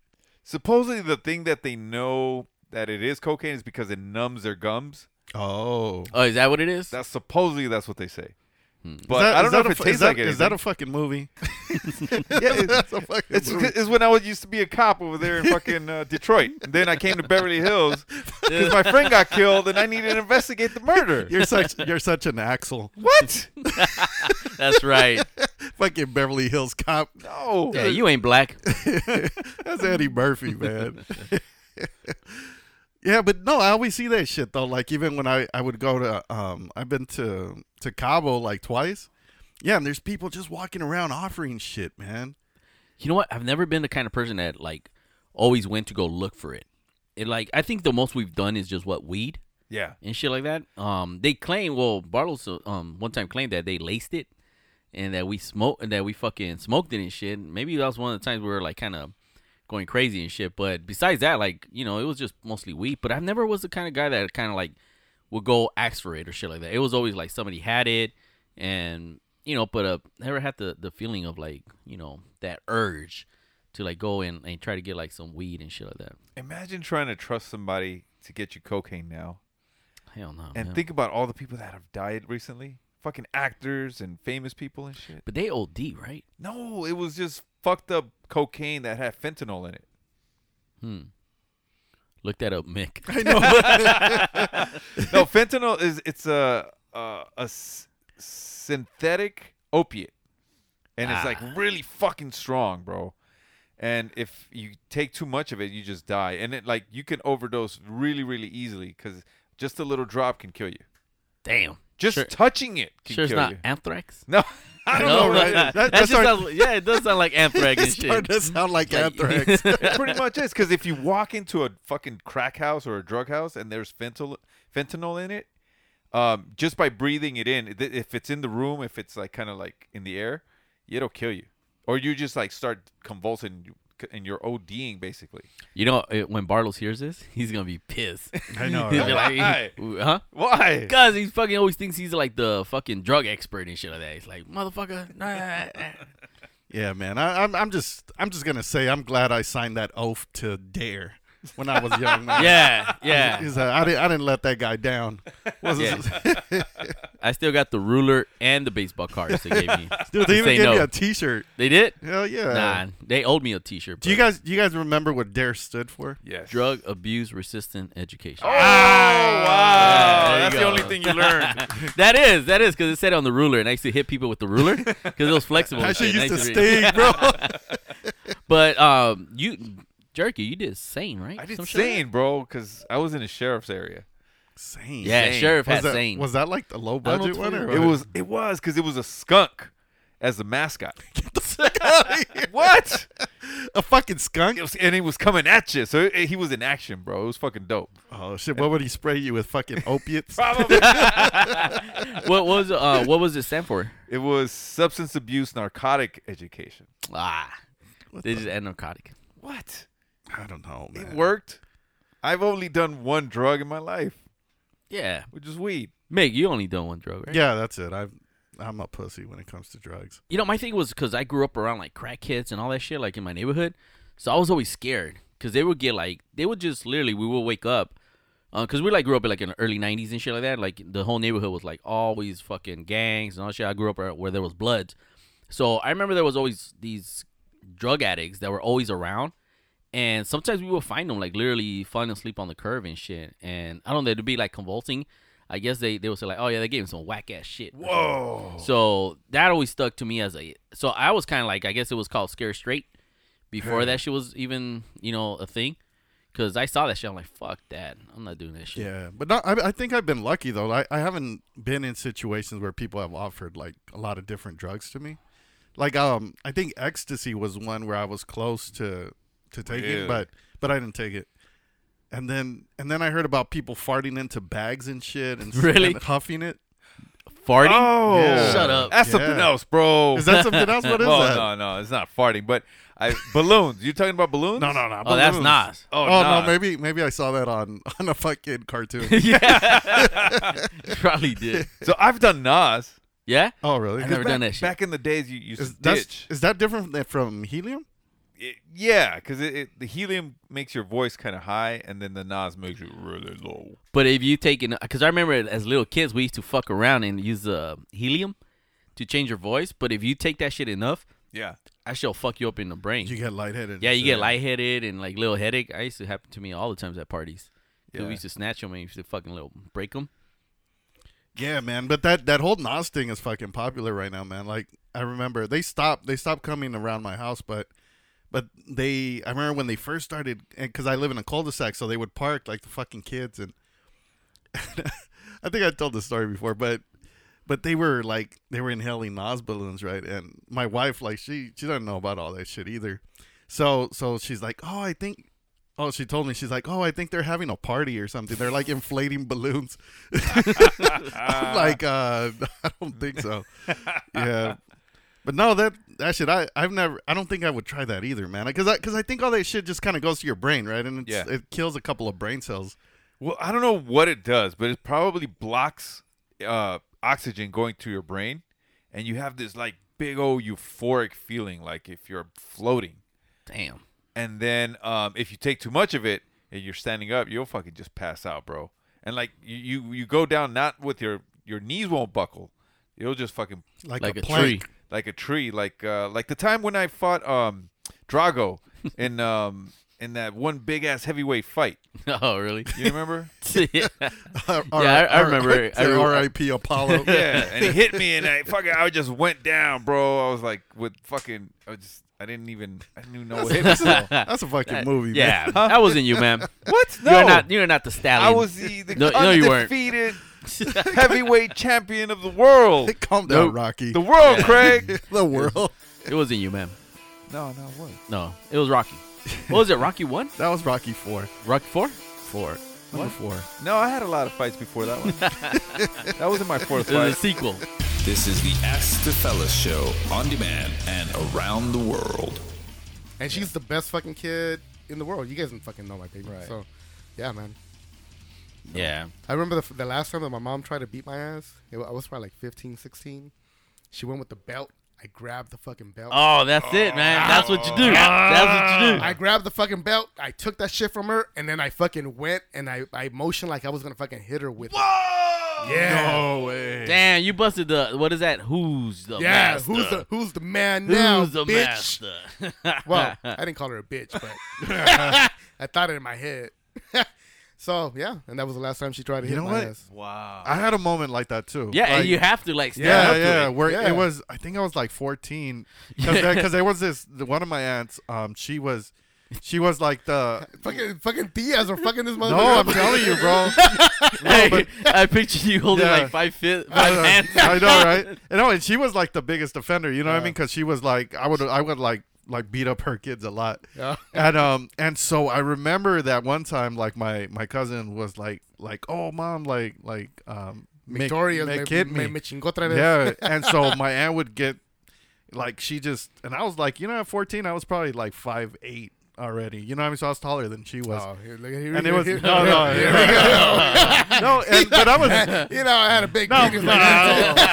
S7: Supposedly, the thing that they know that it is cocaine is because it numbs their gums.
S6: Oh.
S8: Oh, is that what it is?
S7: That's supposedly that's what they say. But
S6: Is that-
S7: I don't
S6: is
S7: know
S6: that
S7: if it
S6: a, fu-
S7: tastes
S6: is that,
S7: like
S6: Is that a
S7: anything.
S6: fucking movie?
S7: Yeah, it-
S6: That's a fucking
S7: It's,
S6: movie.
S7: it's when I was used to be a cop over there in fucking uh, Detroit. And then I came to Beverly Hills because my friend got killed and I needed to investigate the murder.
S6: You're such you're such an Axel.
S7: what?
S8: That's right.
S6: Fucking Beverly Hills cop.
S7: No.
S8: yeah, you ain't black.
S6: That's Eddie Murphy, man. yeah, but no, I always see that shit though. Like even when I, I would go to um I've been to to Cabo like twice. Yeah, and there's people just walking around offering shit, man.
S8: You know what? I've never been the kind of person that like always went to go look for it. It like I think the most we've done is just what weed.
S7: Yeah.
S8: and shit like that. Um, they claim well, Barlow's uh, um one time claimed that they laced it, and that we smoked and that we fucking smoked it and shit. Maybe that was one of the times we were like kind of going crazy and shit. But besides that, like you know, it was just mostly weed. But I never was the kind of guy that kind of like would go ask for it or shit like that. It was always like somebody had it, and you know, but uh, never had the the feeling of like you know that urge. To like go and, and try to get like some weed and shit like that.
S7: Imagine trying to trust somebody to get you cocaine now.
S8: Hell no.
S7: And
S8: man.
S7: think about all the people that have died recently. Fucking actors and famous people and shit.
S8: but they OD, right?
S7: No, it was just fucked up cocaine that had fentanyl in it.
S8: Hmm. Look that up, Mick.
S7: No, fentanyl is it's a a, a s- synthetic opiate, and it's
S8: Ah.
S7: like really fucking strong, bro. And if you take too much of it, you just die. And it like you can overdose really, really easily because just a little drop can kill you.
S8: Damn.
S7: Just touching it can
S8: Sure, it's
S7: kill
S8: not
S7: you.
S8: anthrax.
S7: No, I don't know, right? That-
S8: That, Oh, that
S7: that's
S8: just
S7: our-
S8: sounds, yeah, it does sound like anthrax and
S7: It sure
S8: shit.
S7: does
S6: sound like
S7: It pretty much is because if you walk into a fucking crack house or a drug house and there's fentanyl, fentanyl in it, um, just by breathing it in, th- if it's in the room, if it's like kind of like in the air, it'll kill you, or you just like start convulsing and you're ODing basically.
S8: You know, uh, when Bartles hears this, he's gonna be pissed.
S7: I know,
S8: He'll
S7: right?
S8: be like,
S7: Why?
S8: huh?
S7: Why?
S8: Because he fucking always thinks he's like the fucking drug expert and shit like that. He's like, motherfucker. Nah, nah, nah.
S6: Yeah, man. I, I'm I'm just I'm just gonna say I'm glad I signed that oath to dare when I was young. Man.
S8: Yeah,
S6: I was-
S8: yeah.
S6: he's like, I didn't I didn't let that guy down. Was
S8: Yeah.
S6: it-
S8: I still got the ruler and the baseball cards they gave me.
S6: Dude,
S8: to
S6: they even
S8: say
S6: gave
S8: no.
S6: me a T-shirt.
S8: They did?
S6: Hell yeah.
S8: Nah, they owed me a T-shirt.
S6: Do you guys do you guys remember what dare stood for?
S7: Yes.
S8: Drug abuse resistant education.
S7: Oh,
S8: wow!
S7: That's the only thing you learned.
S8: that is, that is, because it said on the ruler, and I used to hit people with the ruler because it was flexible.
S6: That
S8: and
S6: shit
S8: and I
S6: used to
S8: read-
S6: sting, bro.
S8: but um, you, jerky, you did sane, right?
S7: I did
S8: Some shit like that?
S7: sane, bro, because I was in the sheriff's area.
S6: Sane.
S8: Yeah, sheriff had
S6: that,
S8: sane.
S6: Was that like the low
S8: I don't know
S6: budget
S8: what
S6: one?
S8: to
S6: Or
S8: do.
S7: It was it was because it was a skunk as the mascot. what?
S6: A fucking skunk?
S7: It was, and he was coming at you, so it- he was in action, bro. It was fucking dope.
S6: Oh shit! What would he spray you with? Fucking opiates?
S7: Probably.
S8: what was uh, what was it stand for?
S7: It was substance abuse narcotic education.
S8: Ah, they just add narcotic.
S7: What?
S6: I don't know, man.
S7: It worked. I've only done one drug in my life,
S8: Yeah,
S7: which is weed.
S8: Meg, you only done one drug, right?
S6: Yeah, that's it. I'm I'm a pussy when it comes to drugs.
S8: You know, my thing was because I grew up around like crackheads and all that shit, like in my neighborhood. So I was always scared because they would get like they would just literally we would wake up because we like grew up in like in the early '90s and shit like that. Like the whole neighborhood was like always fucking gangs and all that shit. I grew up around where there was bloods, so I remember there was always these drug addicts that were always around. And sometimes we would find them like literally falling asleep on the curb and shit. And I don't know, they'd be like convulsing. I guess they, they would say like, oh yeah, they gave him some whack ass shit. Whoa. So that always stuck to me as a. So I was kind of like, I guess it was called scare straight before that shit was even you know a thing. Cause I saw that shit, I'm like, fuck that, I'm not doing that shit.
S6: Yeah, but not, I, I think I've been lucky though. I, I haven't been in situations where people have offered like a lot of different drugs to me. Like um, I think ecstasy was one where I was close to to taking,
S7: Really?
S6: but but I didn't take it. And then and then I heard about people farting into bags and shit and
S8: Really?
S6: and huffing it.
S8: Farting?
S7: Oh,
S6: Yeah.
S8: Shut up.
S7: That's
S6: Yeah.
S7: something else, bro.
S6: Is that something else? What is
S7: well,
S6: that?
S7: No, no, it's not farting. But I balloons. You talking about balloons?
S6: No, no, no.
S8: Oh, that's
S6: balloons.
S8: Nas.
S7: Oh,
S6: Oh,
S7: Nas.
S6: no, maybe maybe I saw that on on a fucking cartoon.
S8: yeah, probably did.
S7: So I've done Nas.
S8: Yeah,
S6: oh, really?
S8: I never
S7: back,
S8: done that shit.
S7: Back in the days, you you ditch.
S6: Is, that's, is that different than- from helium?
S7: it, yeah, because it, it, the helium makes your voice kind of high, and then the Nas makes you really low.
S8: But if you take it, because I remember as little kids, we used to fuck around and use uh, helium to change your voice. But if you take that shit enough,
S7: Yeah.
S8: I shall fuck you up in the brain.
S6: You get lightheaded.
S8: yeah, you get
S6: lightheaded.
S8: lightheaded and like little headache. I used to happen to me all the times at parties. 'Cause
S7: Yeah.
S8: We used to snatch them and we used to fucking little break them.
S6: Yeah, man. But that that whole Nas thing is fucking popular right now, man. Like I remember they stopped they stopped coming around my house, but but they I remember when they first started because I live in a cul-de-sac, so they would park like the fucking kids and. I think I told this story before, but but they were like they were inhaling Nas balloons, right? And my wife, like she she doesn't know about all that shit either. So so she's like, oh, I think. Oh, she told me she's like, oh, I think they're having a party or something. They're like inflating balloons. I'm like, uh, I don't think so. Yeah, but no, that that shit, I I've never, I don't think I would try that either, man. Because I because I think all that shit just kind of goes to your brain, right? And it's,
S7: Yeah.
S6: it kills a couple of brain cells.
S7: Well, I don't know what it does, but it probably blocks uh, oxygen going to your brain, and you have this like big old euphoric feeling, like if you're floating.
S8: Damn.
S7: And then um, if you take too much of it and you're standing up, you'll fucking just pass out, bro. And like you, you, you go down not with your your knees won't buckle, you'll just fucking
S6: Like,
S8: Like
S6: a,
S8: a
S6: plank.
S8: tree.
S7: like a tree, like uh, like the time when I fought um, Drago in um, in that one big ass heavyweight fight.
S8: oh, really?
S7: You remember?
S8: yeah.
S6: All
S8: I- I remember- I
S6: Say
S8: remember-
S6: R.I.P. Apollo.
S7: yeah, and it hit me, and I fucking I just went down, bro. I was like with fucking I was just I didn't even I didn't even know what hit me. So.
S6: That's a fucking movie.
S8: Yeah,
S6: man.
S8: that wasn't you, man.
S7: What?
S8: You're
S7: No.
S8: not. You're not the stallion.
S7: I was the, the
S8: no, no, you weren't.
S7: undefeated heavyweight champion of the world.
S6: Calm down, Rocky.
S7: The world,
S8: Yeah.
S7: Craig.
S6: the world.
S8: It wasn't you, man.
S7: No, no, what?
S8: No, it was Rocky. What was it? Rocky one?
S6: That was Rocky Four.
S8: Rocky four?
S6: Four. Number four.
S7: No, I had a lot of fights before that one. that wasn't my fourth
S8: It was a
S7: fight.
S8: sequel.
S1: This is the Ask the Fellas show on demand and around the world.
S5: And she's the best fucking kid in the world. You guys don't fucking know my baby. So, yeah, man.
S8: Yeah.
S5: I remember the, f- the last time that my mom tried to beat my ass. It, wa- I was probably like 15, 16. She went with the belt. I grabbed the fucking belt.
S8: Oh, that's it, man. That's what you do. That's what you do.
S5: Ah. I grabbed the fucking belt. I took that shit from her, and then I fucking went and I, I motioned like I was gonna fucking hit her with. Whoa! Yeah,
S6: No way.
S8: Damn, you busted the what is that? Who's the
S5: yeah.
S8: master?
S5: Who's the Who's the man
S8: Who's
S5: now,
S8: the
S5: bitch?
S8: master?
S5: Well, I didn't call her a bitch, but I thought it in my head. so yeah, and that was the last time she tried to
S6: You
S5: hit
S6: know
S5: my
S6: what?
S5: ass.
S7: Wow.
S6: I had a moment like that too.
S8: yeah,
S6: Like-
S8: and you have to like stand
S6: Yeah,
S8: up
S6: yeah.
S8: to it.
S6: Where
S5: Yeah.
S6: it was, I think I was like 14, because there, 'cause there was this the, one of my aunts. Um, she was, she was like the.
S5: Fucking fucking Diaz or fucking this motherfucker.
S6: Oh, No, I'm telling you, bro.
S8: Hey, I picture you holding
S6: Yeah.
S8: like five feet,
S6: I
S8: five
S6: know,
S8: hands.
S6: I know, right? And no, and she was like the biggest offender. You know what I mean? Because she was like, I would, I would like like beat up her kids a lot.
S5: Yeah.
S6: And um, and so I remember that one time, like my my cousin was like, like, oh mom, like like um, make-
S5: Victoria
S6: make
S5: me,
S6: kid
S5: me, me chingó otra vez.
S6: yeah, and so my aunt would get like she just and I was like, you know, at fourteen, I was probably like five eight already. You know what I mean? So I was taller than she was.
S5: Oh, here, look, here,
S6: And it
S5: here,
S6: was no,
S5: here-
S6: no,
S5: here
S6: no,
S5: we go.
S6: no, and, but I was
S5: you know, I had a big
S6: No,
S5: penis.
S6: no,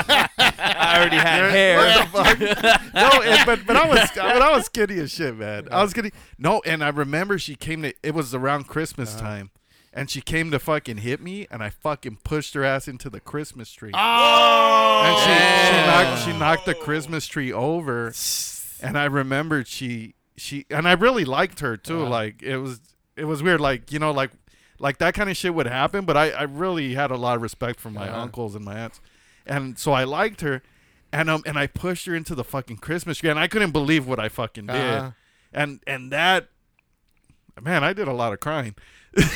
S8: I already had
S6: What
S8: hair.
S6: the fuck? no, and, but but I was but I was skinny as shit, man. I was skinny. No, and I remember she came to. It was around Christmas time, and she came to fucking hit me, and I fucking pushed her ass into the Christmas tree. and she, she knocked she knocked the Christmas tree over, and I remembered she she and I really liked her too. Like it was it was weird. Like you know like like that kind of shit would happen, but I I really had a lot of respect for
S5: Uh-huh.
S6: my uncles and my aunts, and so I liked her, and um and I pushed her into the fucking Christmas tree, and I couldn't believe what I fucking did,
S5: Uh-huh.
S6: and and that. Man, I did a lot of crying.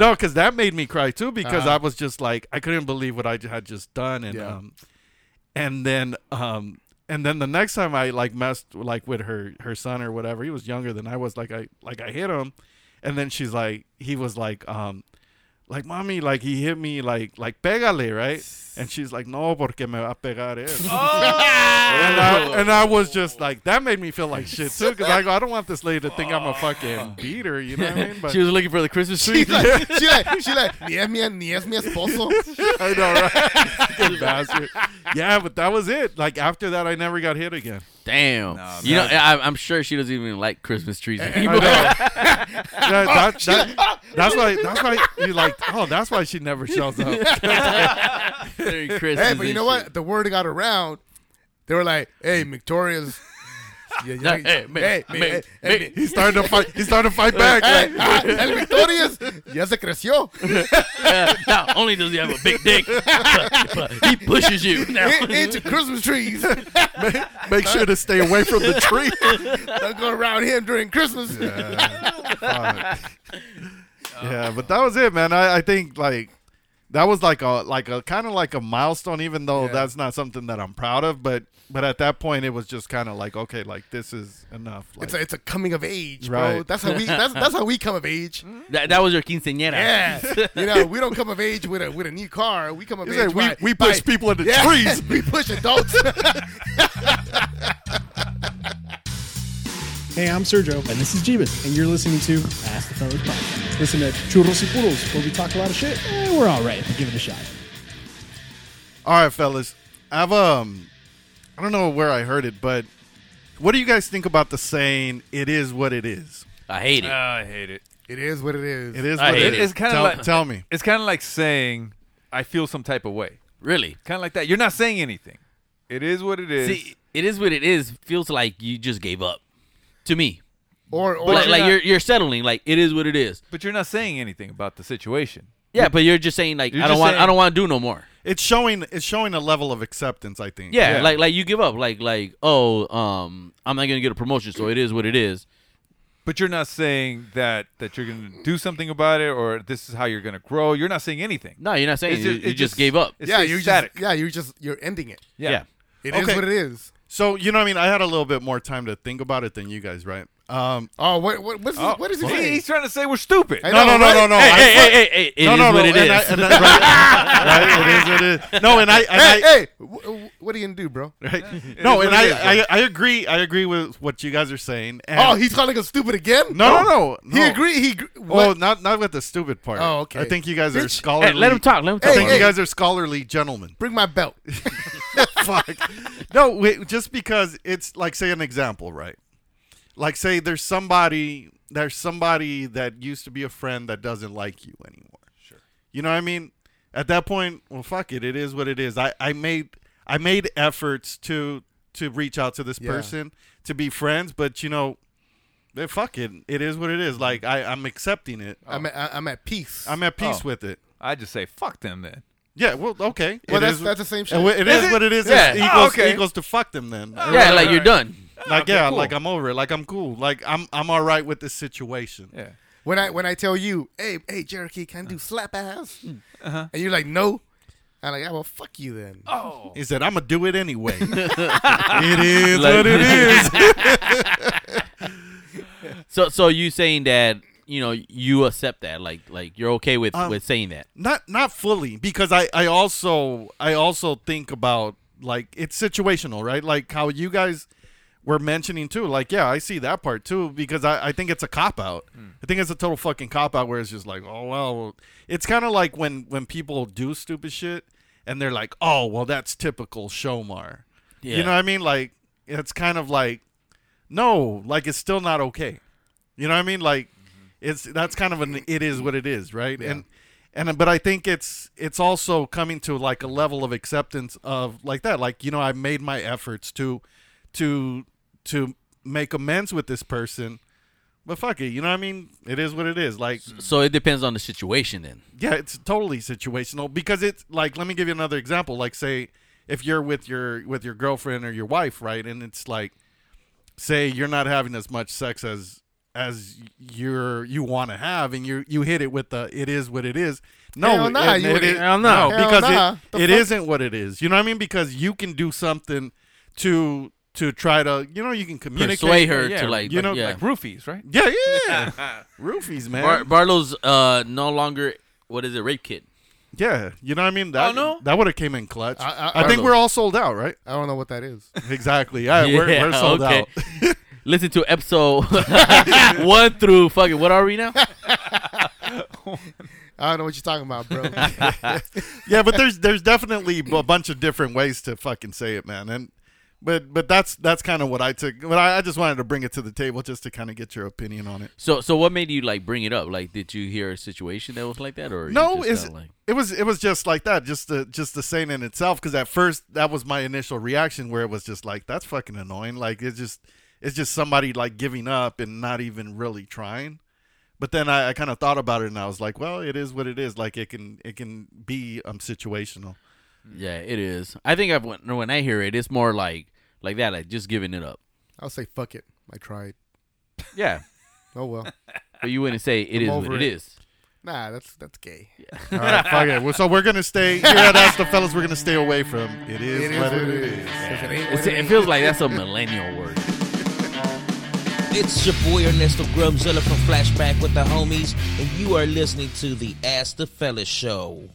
S6: No, because that made me cry too. Because I was just like, I couldn't believe what I j- had just done, and
S5: Uh-huh. Yeah.
S6: um, and then um, and then the next time I like messed like with her her son or whatever, he was younger than I was. Like I like I hit him, and then she's like, he was like, um, like mommy, like he hit me, like like pégale, right? And she's like, no, porque me va a pegar él. And
S8: Oh.
S6: I, and I was just like, that made me feel like shit too, because I go, I don't want this lady to think I'm a fucking beater, you know what I mean? But
S8: She was looking for the Christmas tree.
S5: she like, she like, ni es mi, ni es mi esposo.
S6: I know, right? Fucking bastard. Yeah, but that was it. Like after that, I never got hit again.
S8: Damn.
S7: Nah,
S8: you know,
S7: man.
S8: I, I'm sure she doesn't even like Christmas trees
S6: I
S8: anymore.
S6: know. Yeah, that-
S5: "Ah!"
S6: that- that's why. That's why you like. Oh, that's why she never shows up.
S8: Merry Christmas.
S5: hey, but you
S8: and
S5: know
S8: shit.
S5: what? The word got around. They were like, "Hey, Victoria's." Yeah, yeah,
S8: hey, man,
S5: mi-
S8: man,
S5: hey,
S8: man.
S5: mi-
S6: He started to fight. He started to fight back.
S5: Hey,
S6: Like,
S5: ah, el Victoria's ya se creció.
S8: Yeah, not only does he have a big dick, but, but he pushes you. Now.
S5: In- into Christmas trees.
S6: make sure to stay away from the tree.
S5: Don't go around him during Christmas.
S6: yeah, but that was it, man. I, I think like that was like a like a kind of like a milestone, even though that's not something that I'm proud of. But but at that point, it was just kind of like okay, like this is enough. Like,
S5: It's a, it's a coming of age, bro.
S6: Right.
S5: That's how we that's, that's how we come of age.
S8: That, that was your quinceañera.
S5: Yeah, you know we don't come of age with a with a new car. We come of
S6: He
S5: age.
S6: said, we,
S5: by-
S6: we
S5: by-
S6: push people into
S5: Yeah,
S6: trees.
S5: we push adults.
S13: Hey, I'm Sergio. And this is Jeebus. And you're listening to Ask the Fellas Podcast. Listen to Churros y Puros, where we talk a lot of shit. And we're all right if you give it a shot.
S6: All right, fellas. I've um, I don't know where I heard it, but what do you guys think about the saying "It is what it is"?
S8: I hate it.
S7: Oh, I hate it.
S5: it is what it is.
S6: It is
S8: I
S6: what
S8: hate
S6: it
S8: it.
S6: is.
S7: It's kinda
S6: tell,
S7: like-
S6: tell me.
S7: It's kind of like saying, I feel some type of way.
S8: really.
S7: Kind of like that. You're not saying anything. It is what it is.
S8: See, it is what it is. Feels like you just gave up. To me,
S5: Or or
S8: like,
S7: you're
S8: like
S7: not-
S8: you're you're settling. Like it is what it is.
S7: but you're not saying anything about the situation.
S8: Yeah, but you're just saying like
S7: You're
S8: I don't
S7: just
S8: want I
S7: saying-
S8: don't want to do no more.
S6: It's showing. It's showing a level of acceptance. I think.
S8: Yeah,
S7: Yeah.
S8: like like you give up. Like like oh um I'm not gonna get a promotion, so it is what it is.
S7: But you're not saying that that you're going to do something about it, or this is how you're going to grow. You're not saying anything.
S8: No, you're not saying.
S7: It's
S8: You-
S7: it's
S8: you just gave up.
S7: it's
S5: yeah,
S7: just
S5: you just
S7: static.
S5: yeah, you just you're ending it.
S6: Yeah.
S5: It is what it is.
S6: So you know, what I mean, I had a little bit more time to think about it than you guys, right? Um,
S5: oh, what, what, what's
S7: Oh,
S5: what is he
S7: well,
S5: saying?
S7: he's trying to say we're stupid.
S6: No, no, no, no, no.
S7: Hey,
S6: I-
S7: hey, hey, hey, hey, it
S6: no,
S7: is
S6: no,
S7: what
S6: no,
S7: it
S6: and
S7: is.
S6: I- and I- right, right, it is what it is. No, and I, and I,
S5: hey, hey, wh- wh- what are you gonna do, bro?
S6: Right? no, and I, I, I agree. I agree with what you guys are saying. And
S5: oh, he's calling us stupid again?
S6: no, no, no.
S5: He
S6: no.
S5: agree. He. gr-
S6: Well,
S5: What?
S6: not not with the stupid part.
S5: Oh, okay.
S6: I think you guys are
S5: Bitch.
S6: scholarly.
S5: Hey, let him talk, let him
S6: I
S5: talk.
S6: think
S5: Hey, hey.
S6: you guys are scholarly gentlemen.
S5: Bring my belt.
S6: Fuck. No, wait, just because it's like say an example, right? Like say there's somebody there's somebody that used to be a friend that doesn't like you anymore. Sure. You know what I mean? At that point, well fuck it, it is what it is. I I made I made efforts to to reach out to this
S5: Yeah.
S6: person to be friends, but you know, eh, fuck it. It is what it is. Like I I'm accepting it.
S5: I'm at, I- I'm at peace.
S6: I'm at peace
S7: Oh.
S6: with it.
S7: I just say fuck them then.
S6: Yeah, well, okay.
S5: Well,
S6: It
S5: that's-
S6: is-
S5: that's the same shit.
S6: and wh- It
S5: Is
S6: is
S5: it?
S6: what it is.
S5: Yeah.
S6: It's
S5: Oh,
S6: Equals,
S5: okay.
S6: equals to fuck them then.
S8: Yeah, like, you're done.
S6: Like
S5: Okay,
S6: yeah,
S5: cool.
S6: like I'm over it. Like I'm cool. Like I'm I'm all right with this situation.
S7: Yeah.
S5: When I when I tell you, hey, hey, Cherokee, can I do slap ass?
S6: Hmm. Uh-huh.
S5: And you're like, no. I'm like, yeah, well, fuck you then.
S7: Oh.
S6: He said I'm gonna do it anyway. it is
S8: Like-
S6: what it is.
S8: So so you saying that you know you accept that like like you're okay with
S6: Um,
S8: with saying that.
S6: not not fully because I I also I also think about like it's situational, right? Like how you guys were mentioning too. Like yeah, I see that part too because I I think it's a cop out. I think it's a total fucking cop out where it's just like oh well, it's kind of like when when people do stupid shit and they're like oh well that's typical Shomar.
S8: Yeah.
S6: You know what I mean? Like it's kind of like no, like it's still not okay. You know what I mean? Like it's that's kind of an it is what it is, right? And and but I think it's it's also coming to like a level of acceptance of like that. Like, you know, I made my efforts to to to make amends with this person. But fuck it, you know what I mean? It is what it is. Like
S8: So it depends on the situation then.
S6: yeah, it's totally situational because it's like let me give you another example. Like say if you're with your with your girlfriend or your wife, right? And it's like say you're not having as much sex as as you're you want to have and you you hit it with the it is what it is. No,
S5: Hell nah,
S6: it,
S5: you
S6: it,
S5: wouldn't.
S6: it-
S5: Hell nah.
S6: no,
S5: Hell
S6: because
S5: nah.
S6: it,
S5: The
S6: it
S5: fuck?
S6: isn't what it is. You know what I mean? Because you can do something to to try to you know you can communicate
S8: Persuade her to, like-
S6: you know
S8: yeah.
S7: Like roofies, right?
S6: yeah yeah roofies man
S8: Bar- Barlow's uh no longer what is it rape kit.
S6: Yeah, you know what I mean. That,
S7: Oh, no?
S6: that would have came in clutch.
S5: I-
S6: I,
S5: I-
S6: think we're all sold out, right?
S5: I don't know what that is.
S6: Exactly. Yeah, we're,
S8: Yeah,
S6: we're sold
S8: okay.
S6: out.
S8: Listen to episode one through fucking what are we now?
S5: I don't know what you're talking about, bro.
S6: Yeah, but there's there's definitely a bunch of different ways to fucking say it, man. And but but that's that's kind of what I took. But I, I just wanted to bring it to the table just to kind of get your opinion on it.
S8: So so what made you like bring it up? Like did you hear a situation that was like that or you
S6: No,
S8: just
S6: it's,
S8: kinda like-
S6: it was it was just like that, just the just the saying in itself. Because at first that was my initial reaction, where it was just like that's fucking annoying. Like it's just it's just somebody like giving up and not even really trying. But then I, I kind of thought about it and I was like, well, it is what it is. Like it can it can be um situational.
S8: yeah, it is. I think I've when, when I hear it, it's more like like that, like just giving it up.
S5: I'll say fuck it. I tried.
S8: Yeah,
S5: Oh well.
S8: but you wouldn't say it
S5: I'm
S8: is
S5: over it.
S8: what it is.
S5: Nah, that's that's gay.
S6: All right, fuck it. Well, So we're gonna stay here at Ask the Fellas. We're gonna stay away from it is,
S5: It is
S6: what
S5: what
S6: it
S5: it
S6: is.
S5: If it ain't
S8: It's,
S5: what it
S8: it
S5: ain't.
S8: feels like that's a millennial word.
S14: It's your boy Ernesto Grubzilla from Flashback with the homies, and you are listening to the Ask the Fellas show.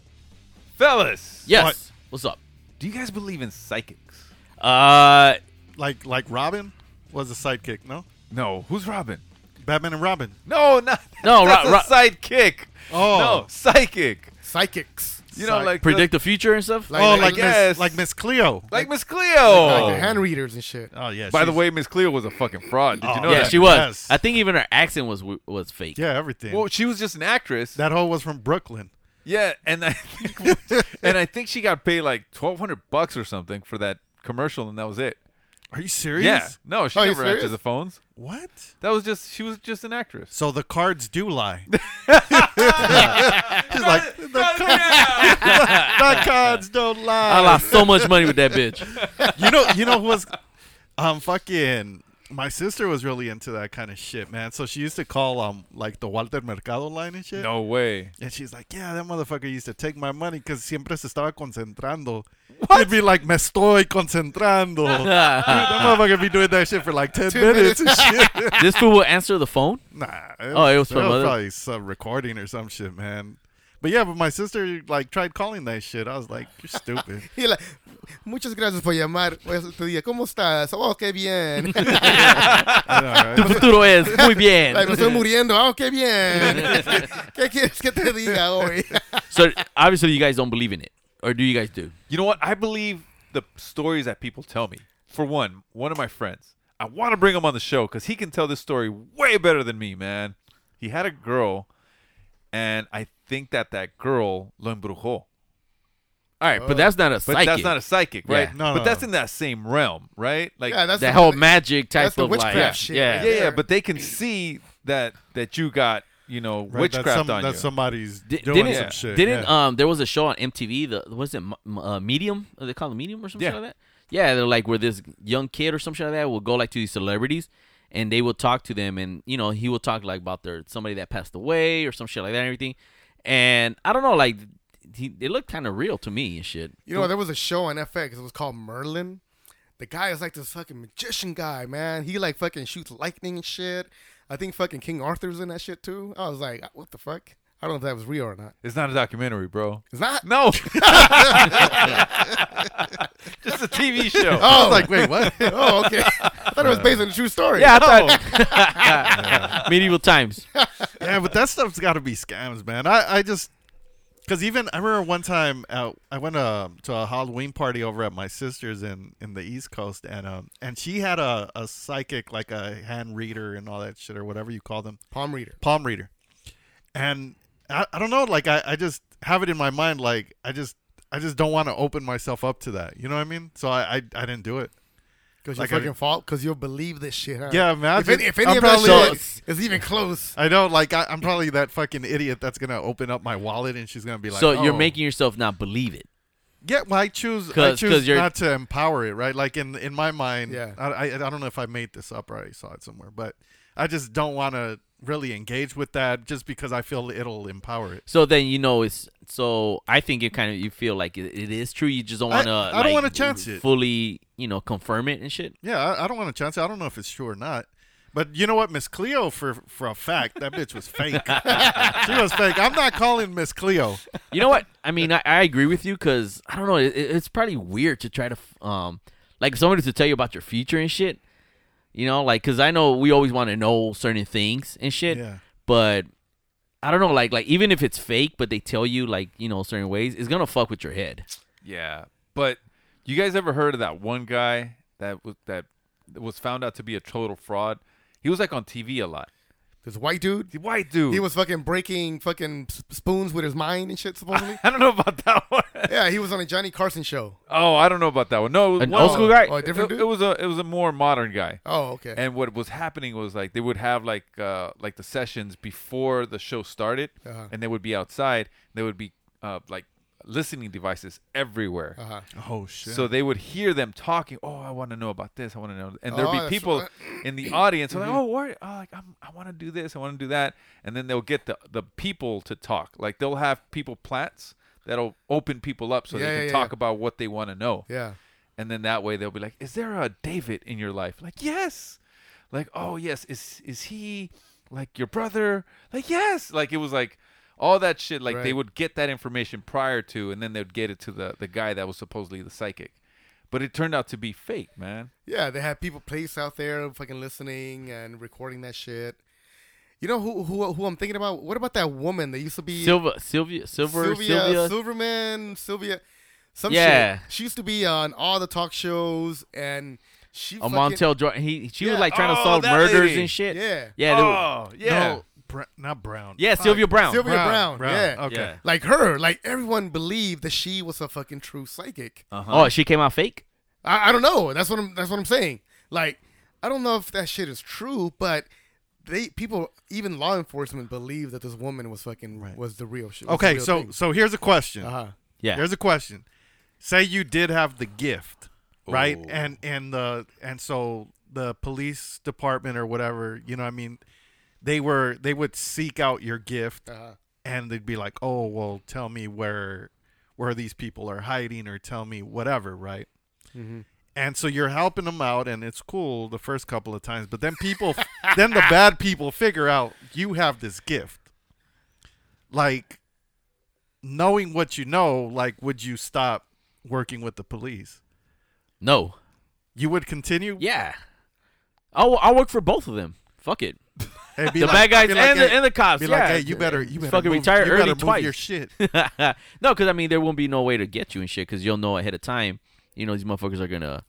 S7: Fellas,
S8: Yes. What's up?
S7: do you guys believe in psychics?
S8: Uh,
S6: Like like Robin was a sidekick, no?
S7: No. Who's Robin?
S6: Batman and Robin.
S7: No, not
S8: No,
S7: That's
S8: Ro- Ro-
S7: a sidekick.
S6: Oh.
S7: no, psychic.
S5: psychics.
S7: You know,
S6: Psych-
S7: like
S8: predict the future and stuff.
S5: Like,
S6: oh,
S5: like,
S6: like
S7: guess.
S6: Miss, like Miss Cleo.
S7: the- like Miss Cleo.
S5: like the hand readers and shit.
S6: Oh yeah.
S7: By the
S6: she's-
S7: way, Miss Cleo was a fucking fraud. Did
S6: Oh,
S7: you know
S8: yeah,
S7: that?
S8: she was.
S6: Yes.
S8: I think even her accent was w- was fake.
S6: yeah, everything.
S7: well, she was just an actress.
S6: that hoe was from Brooklyn.
S7: yeah, and I think, and I think she got paid like twelve hundred bucks or something for that commercial, and that was it.
S6: Are you serious?
S7: Yeah, no, she
S5: Are you
S7: never answered
S5: serious?
S7: the phones.
S6: What?
S7: That was just she was just an actress.
S6: So the cards do lie. She's like the, the cards don't
S8: I
S6: lie.
S8: lost so much money with that bitch.
S6: You know, you know who was um fucking My sister was really into that kind of shit, man. So she used to call um like the Walter Mercado line and shit.
S7: No way.
S6: And she's like, yeah, that motherfucker used to take my money because siempre se estaba concentrando. He'd be like, me estoy concentrando. Dude, that motherfucker be doing that shit for like 10
S8: Uh, Two
S6: minutes and
S8: minutes.
S6: shit.
S8: This fool will answer the phone?
S6: Nah.
S8: Oh, it was from other-
S6: probably some recording or some shit, man. But yeah, but my sister like tried calling that shit. I was like, you're stupid.
S5: Y la- Muchas gracias por llamar. Hoy es tu día. ¿Cómo estás? Oh, qué bien.
S8: Tu futuro es muy bien.
S5: Like, me estoy muriendo. Oh, qué bien. ¿Qué quieres que te diga hoy?
S8: So obviously you guys don't believe in it, or do you guys do?
S7: You know what? I believe the stories that people tell me. For one, one of my friends, I want to bring him on the show because he can tell this story way better than me, man. He had a girl, and I think that that girl lo embrujó. All
S8: right, but that's not a
S7: But that's
S8: psychic.
S7: not a psychic, right?
S8: Yeah. No,
S7: but
S8: no,
S7: that's
S8: no.
S7: in that same realm, right? Like
S8: Yeah, that's That the- whole magic type that's the of, like, witchcraft shit
S7: yeah,
S8: right
S7: yeah,
S8: there.
S7: yeah. But they can see that that you got you know
S6: Right, that
S7: witchcraft
S6: some-
S7: on
S6: that
S7: you.
S6: somebody's
S7: Di-
S6: doing
S7: didn't-
S6: some shit,
S8: Didn't um there was a show on MTV the was it M- M- uh, Medium? Are they call it Medium or something
S7: Yeah.
S8: like that? Yeah, they're like where this young kid or something like that will go like to these celebrities and they will talk to them and you know he will talk like about their somebody that passed away or some shit like that and everything. And I don't know like he it looked kind of real to me and shit.
S5: You know, there was a show on FX. It was called Merlin. The guy is like this fucking magician guy, man. He like fucking shoots lightning and shit. I think fucking King Arthur's in that shit too. I was like, what the fuck? I don't know if that was real or not.
S7: It's not a documentary, bro.
S5: It's not.
S7: No. Just a TV show.
S5: Oh, I was like, wait, what? Oh, okay. I thought it was based on a true story.
S8: Yeah, I
S5: Yeah.
S8: thought medieval times.
S6: yeah, but that stuff's got to be scams, man. I, I just because even I remember one time uh, I went uh, to a Halloween party over at my sister's in in the East Coast, and um and she had a a psychic like a hand reader and all that shit or whatever you call them,
S5: palm reader,
S6: palm reader, and I, I don't know, like I I just have it in my mind, like I just. I just don't want to open myself up to that. You know what I mean? So I I, I didn't do it.
S5: Because
S6: Like, I-
S5: you're fucking fault. Because you'll believe this shit. Huh?
S6: yeah, imagine
S5: If any, if any
S6: I'm
S5: of that
S6: probably-
S5: shit is even close.
S6: I know, like I, I'm probably that fucking idiot that's gonna open up my wallet and she's gonna be like,
S8: so you're
S6: "Oh."
S8: making yourself not believe it.
S6: Yeah, well, I choose. I
S8: 'Cause- 'cause
S6: choose
S8: you're-
S6: not to empower it, right? Like in in my mind,
S5: Yeah.
S6: I, I I don't know if I made this up or I saw it somewhere, but I just don't want to really engage with that just because I feel it'll empower it.
S8: So then you know it's so I think it kind of you feel like it, it is true. You just don't
S6: I-
S8: want to.
S6: I don't wanna chance it.
S8: fully. You know, confirm it and shit.
S6: Yeah, I, I don't want to chance it. I don't know if it's true or not. But you know what, Miss Cleo, for for a fact, that bitch was fake. she was fake. I'm not calling Miss Cleo.
S8: You know what? I mean, I, I agree with you because I don't know. It, it- it's probably weird to try to f- um, like if somebody to tell you about your future and shit. You know, like because I know we always want to know certain things and shit.
S6: Yeah.
S8: But I don't know, like like even if it's fake, but they tell you like you know certain ways, it's gonna fuck with your head.
S7: Yeah, but you guys ever heard of that one guy that was that was found out to be a total fraud? He was like on TV a lot.
S5: This white dude.
S7: The white dude.
S5: He was fucking breaking fucking s- spoons with his mind and shit. Supposedly.
S7: I don't know about that one.
S5: yeah, he was on a Johnny Carson show.
S7: Oh, I don't know about that one. No,
S5: An
S7: one-
S5: old school guy? Oh, a
S7: It-
S5: different
S7: it,
S5: dude?
S7: was a it was a more modern guy.
S5: Oh, okay.
S7: And what was happening was like they would have like uh like the sessions before the show started,
S5: Uh-huh.
S7: and they would be outside. There would be uh like listening devices everywhere.
S5: Uh-huh.
S6: Oh shit.
S7: So they would hear them talking. Oh, I want to know about this. I want to know, and
S6: Oh,
S7: there'd
S6: that's
S7: be people
S6: right.
S7: in the audience who are like,
S6: Mhm.
S7: "Oh, what? Oh, like I'm, I want to do this. I want to do that." And then they'll get the the people to talk. Like they'll have people plants that'll open people up so
S5: Yeah,
S7: they can
S5: yeah,
S7: talk
S5: yeah.
S7: about what they want to know.
S5: Yeah.
S7: And then that way they'll be like, "Is there a David in your life?" Like, "Yes." Like, "Oh, yes. Is is he like your brother?" Like, "Yes." Like it was like all that shit like they
S5: Right.
S7: would get that information prior to and then they'd get it to the the guy that was supposedly the psychic. But it turned out to be fake, man.
S5: Yeah, they had people placed out there fucking listening and recording that shit. You know who who who I'm thinking about? What about that woman that used to be
S8: Silva, Sylvia, Silver,
S5: Sylvia,
S8: Sylvia.
S5: Silverman, Sylvia, some
S8: Yeah.
S5: shit. She used to be on all the talk shows and she
S8: A
S5: fucking-
S8: Montel Jordan. He she was
S5: Yeah.
S8: like trying to
S5: Oh,
S8: solve
S5: that
S8: murders
S5: lady.
S8: and shit.
S5: Yeah. Oh,
S8: yeah. they were-
S6: No, Bra- not Brown.
S8: Yeah,
S6: Fuck.
S8: Sylvia Brown.
S5: Sylvia Brown, yeah.
S6: Okay.
S8: Yeah.
S5: Like her, like everyone believed that she was a fucking true psychic.
S8: Oh, she came out fake.
S5: I, I don't know. That's what I'm. That's what I'm saying. Like, I don't know if that shit is true, but they people, even law enforcement, believe that this woman was fucking was the real shit. was the
S6: Okay,
S5: real
S6: so
S5: thing.
S6: so here's a question.
S5: Uh-huh.
S8: Yeah.
S6: Here's a question. Say you did have the gift, right? And and the and so the police department or whatever, you know, what I mean, they were they would seek out your gift, and they'd be like, "Oh, well, tell me where where these people are hiding, or tell me whatever," right?
S5: Mhm.
S6: And so you're helping them out, and it's cool the first couple of times, but then people, then the bad people figure out you have this gift. Like, knowing what you know, like, would you stop working with the police?
S8: No.
S6: You would continue?
S8: Yeah. I'll, I'll work for both of them. Fuck it.
S6: Hey, be
S8: the
S6: like-
S8: bad guys
S6: be like,
S8: and,
S6: hey-
S8: the, and the cops.
S6: be
S8: yeah.
S6: like, hey, you better- you better
S8: fucking
S6: move-
S8: retire
S6: you
S8: early
S6: better move
S8: twice.
S6: your shit.
S8: no, because I mean, there won't be no way to get you and shit because you'll know ahead of time. You know, these motherfuckers are gonna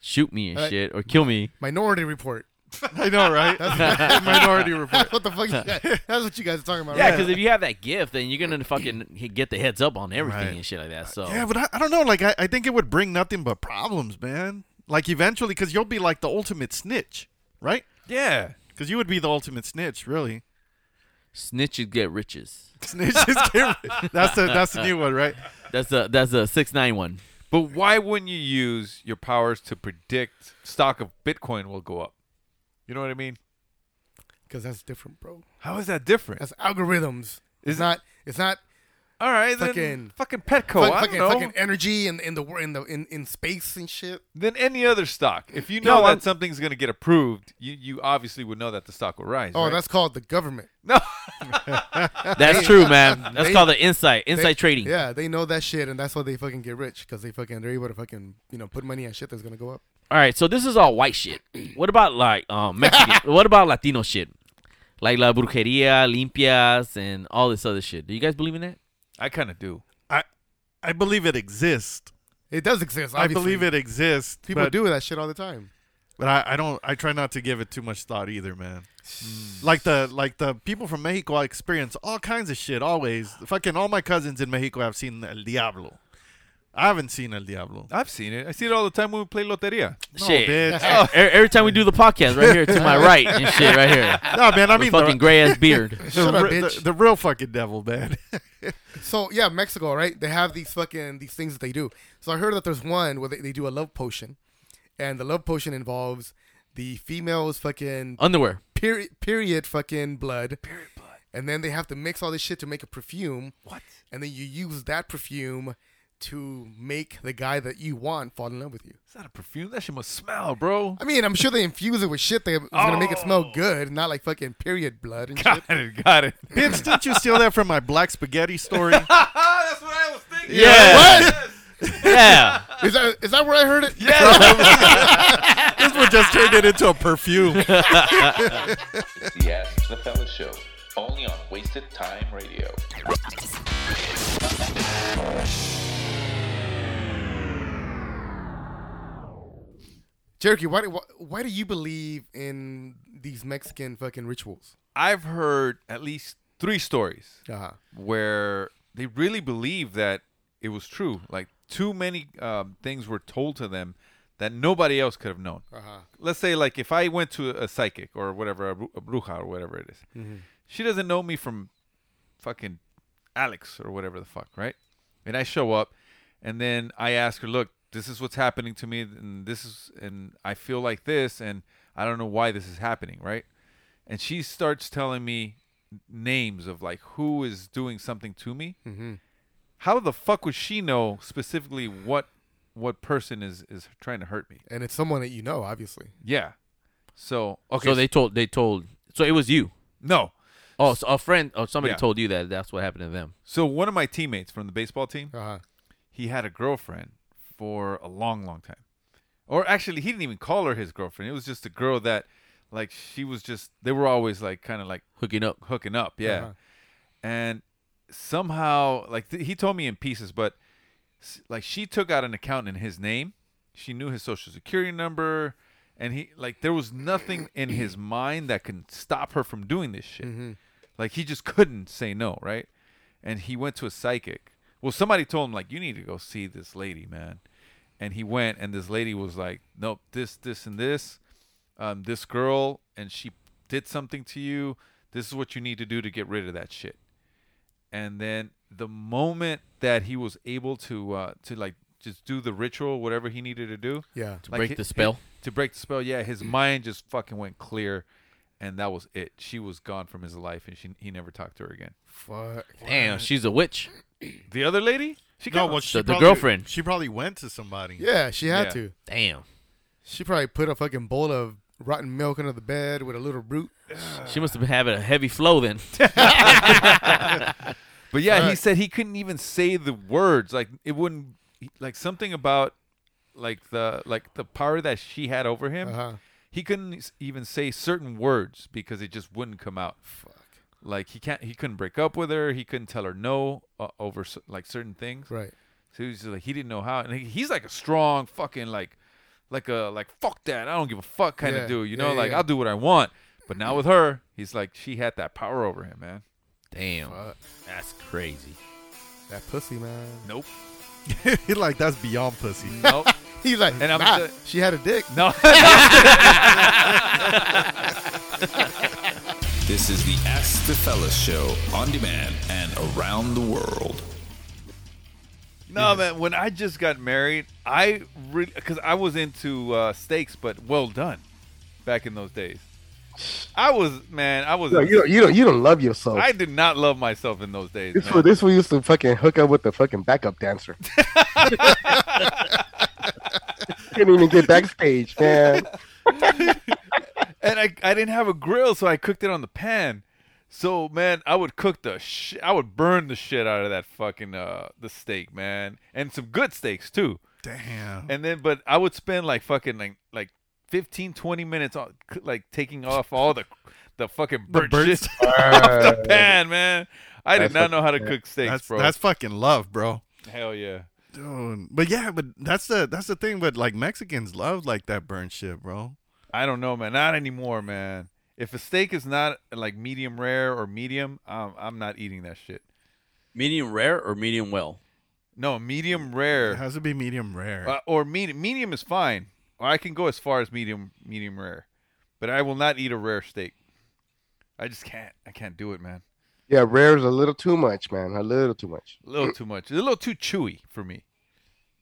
S8: shoot me and
S5: Right.
S8: shit or kill me.
S5: Minority Report.
S6: I know, right?
S5: That's,
S6: Minority Report.
S5: what the fuck? You guys, that's what you guys are talking about. right?
S8: Yeah, because if you have that gift, then you're gonna fucking he- get the heads up on everything and shit like that. So
S6: Yeah, but I, I don't know. Like, I, I think it would bring nothing but problems, man. Like, eventually, because you'll be like the ultimate snitch, right?
S7: Yeah.
S6: Because you would be the ultimate snitch, really.
S8: snitches get riches.
S6: Snitches get ri- That's the- that's the new one, right?
S8: That's a that's a six nine one.
S7: But why wouldn't you use your powers to predict stock of Bitcoin will go up? You know what I mean?
S5: Because that's different, bro.
S7: How is that different?
S5: That's algorithms. It's not. It's not.
S7: All right,
S5: fucking
S7: then fucking Petco, I don't
S5: fucking,
S7: know.
S5: fucking energy in, in the wor- in the in, in space and shit.
S7: Than any other stock. If you know
S5: No,
S7: that
S5: I'm-
S7: something's going to get approved, you, you obviously would know that the stock will rise.
S5: Oh,
S7: right?
S5: that's called the government.
S7: No,
S8: That's true, man. That's called the insight- insight trading.
S5: Yeah, they know that shit, and that's why they fucking get rich because they fucking they're able to fucking you know put money on shit that's gonna go up.
S8: All right, so this is all white shit. What about like um Mexican? what about Latino shit? Like la brujeria, limpias, and all this other shit. Do you guys believe in that?
S7: I kind of do.
S6: I I believe it exists.
S5: It does exist.
S6: I believe it exists.
S5: People
S6: but-
S5: do that shit all the time.
S6: But I, I don't. I try not to give it too much thought either, man.
S7: Mm.
S6: Like the like the people from Mexico, I experience all kinds of shit. Always, fucking all my cousins in Mexico have seen El Diablo. I haven't seen El Diablo.
S7: I've seen it. I see it all the time when we play loteria.
S6: No, Shit. bitch.
S8: E- Every time we do the podcast, right here to my right and shit, right here.
S6: No, man. I
S8: With
S6: mean
S8: fucking gray ass beard.
S6: The,
S5: Shut up,
S6: re-
S5: bitch.
S6: the- the real fucking devil, man.
S5: So yeah, Mexico, right? They have these fucking these things that they do. So I heard that there's one where they, they do a love potion, and the love potion involves the female's fucking
S8: Underwear.
S5: period period fucking blood, period blood, and then they have to mix all this shit to make a perfume. What? And then you use that perfume to make the guy that you want fall in love with you.
S7: It's not a perfume. That shit must smell, bro.
S5: I mean, I'm sure they infuse it with shit that is gonna make it
S6: Oh.
S5: smell good, not like fucking period blood and shit.
S7: it, got it.
S6: bitch, didn't you steal that from my black spaghetti story?
S7: That's what I was thinking.
S5: What?
S8: Yeah.
S5: Is that is that where I heard it?
S6: this one just turned it into a perfume.
S1: It's the Ask the Fellas Show, only on Wasted Time Radio.
S5: Cherokee, why, do- why why do you believe in these Mexican fucking rituals?
S7: I've heard at least three stories
S6: Uh-huh.
S7: where they really believe that it was true. Like too many um, things were told to them that nobody else could have known.
S5: Uh-huh.
S7: Let's say like if I went to a psychic or whatever, a, bru- a bruja or whatever it is,
S5: Mhm.
S7: she doesn't know me from fucking Alex or whatever the fuck, right? And I show up, and then I ask her, "Look, this is what's happening to me, and this is, and I feel like this, and I don't know why this is happening, right?" And she starts telling me names of like who is doing something to me.
S8: Mm-hmm.
S5: Mhm.
S7: How the fuck would she know specifically what what person is is trying to hurt me?
S5: And it's someone that you know, obviously.
S7: Yeah. So okay.
S8: Okay. So they told they told so it was you.
S7: No.
S8: Oh, so a friend or somebody
S7: Yeah.
S8: told you that that's what happened to them.
S7: So one of my teammates from the baseball team,
S6: Uh-huh.
S5: uh
S7: he had a girlfriend for a long, long time. Or actually, he didn't even call her his girlfriend. It was just a girl that, like, she was just. They were always like, kind of like
S8: hooking up,
S7: hooking up, yeah.
S8: Uh-huh.
S7: And somehow, like, th- he told me in pieces, but s- like, she took out an account in his name. She knew his social security number, and he like there was nothing in his mind that can stop her from doing this shit. Like he just couldn't say no, right? And he went to a psychic. Well, somebody told him like you need to go see this lady, man. And he went, and this lady was like, nope, this, this, and this, um, this girl, and she did something to you. This is what you need to do to get rid of that shit. And then the moment that he was able to uh, to like just do the ritual, whatever he needed to do,
S5: Yeah. To
S7: like,
S8: break
S7: hi-
S8: the spell.
S7: hi- to break the spell, yeah, his mind just fucking went clear, and that was it. She was gone from his life, and she he never talked to her again.
S15: Fuck.
S8: Damn, she's a witch.
S7: The other lady? She
S6: No,
S7: kinda-
S6: well, she
S8: the, the
S6: probably-
S8: girlfriend.
S6: She probably went to somebody.
S15: Yeah, she had
S7: Yeah.
S15: to.
S8: Damn.
S15: She probably put a fucking bowl of rotten milk under the bed with a little root.
S8: She must have been having a heavy flow then.
S7: But yeah, he said he couldn't even say the words. Like it wouldn't like something about like the like the power that she had over him.
S15: Uh-huh.
S7: He couldn't s- even say certain words because it just wouldn't come out. Fuck. Like he can't. He couldn't break up with her. He couldn't tell her no uh, over s- like certain things.
S15: Right.
S7: So he was just like he didn't know how. And he- he's like a strong fucking like like a like fuck that. I don't give a fuck kind
S15: Yeah.
S7: of dude. You
S15: Yeah,
S7: know,
S15: yeah,
S7: like
S15: yeah.
S7: I'll do what I want. But now with her, he's like she had that power over him, man.
S8: Damn.
S15: Fuck.
S8: That's crazy.
S15: That pussy, man.
S7: Nope.
S6: like that's beyond pussy.
S7: Nope.
S15: He's like,
S7: And I'm
S15: nah,
S7: just-
S15: she had a dick.
S7: No.
S16: This is the Ask the Fellas show on demand and around the world.
S7: No, man. When I just got married, I really because I was into uh, steaks, but well done back in those days. I was man. I was.
S5: No, you don't, you don't you don't love yourself.
S7: I did not love myself in those days.
S5: this
S7: man.
S5: fool this fool used to fucking hook up with the fucking backup dancer. Couldn't even get backstage, man.
S7: and I, I didn't have a grill, so I cooked it on the pan. So man, I would cook the sh- I would burn the shit out of that fucking uh the steak, man, and some good steaks too.
S6: Damn.
S7: And then, but I would spend like fucking like like 15, 20 minutes on like taking off all the the fucking burnt
S6: burnt
S7: shit off the pan, man. I did
S6: That's
S7: not know how to
S6: fucking-
S7: cook steaks,
S6: that's,
S7: bro.
S6: That's fucking love, bro.
S7: hell yeah.
S6: Dude. But yeah, but that's the that's the thing. But like Mexicans love like that burnt shit, bro.
S7: I don't know, man. Not anymore, man. If a steak is not like medium rare or medium, um, I'm not eating that shit.
S8: Medium rare or medium well?
S7: No, medium rare.
S6: It has to be medium rare.
S7: Uh, or medium. Medium is fine. Or I can go as far as medium, medium rare, but I will not eat a rare steak. I just can't. I can't do it, man.
S5: Yeah, rare's a little too much, man. A little too much.
S7: A little too much. A little too chewy for me.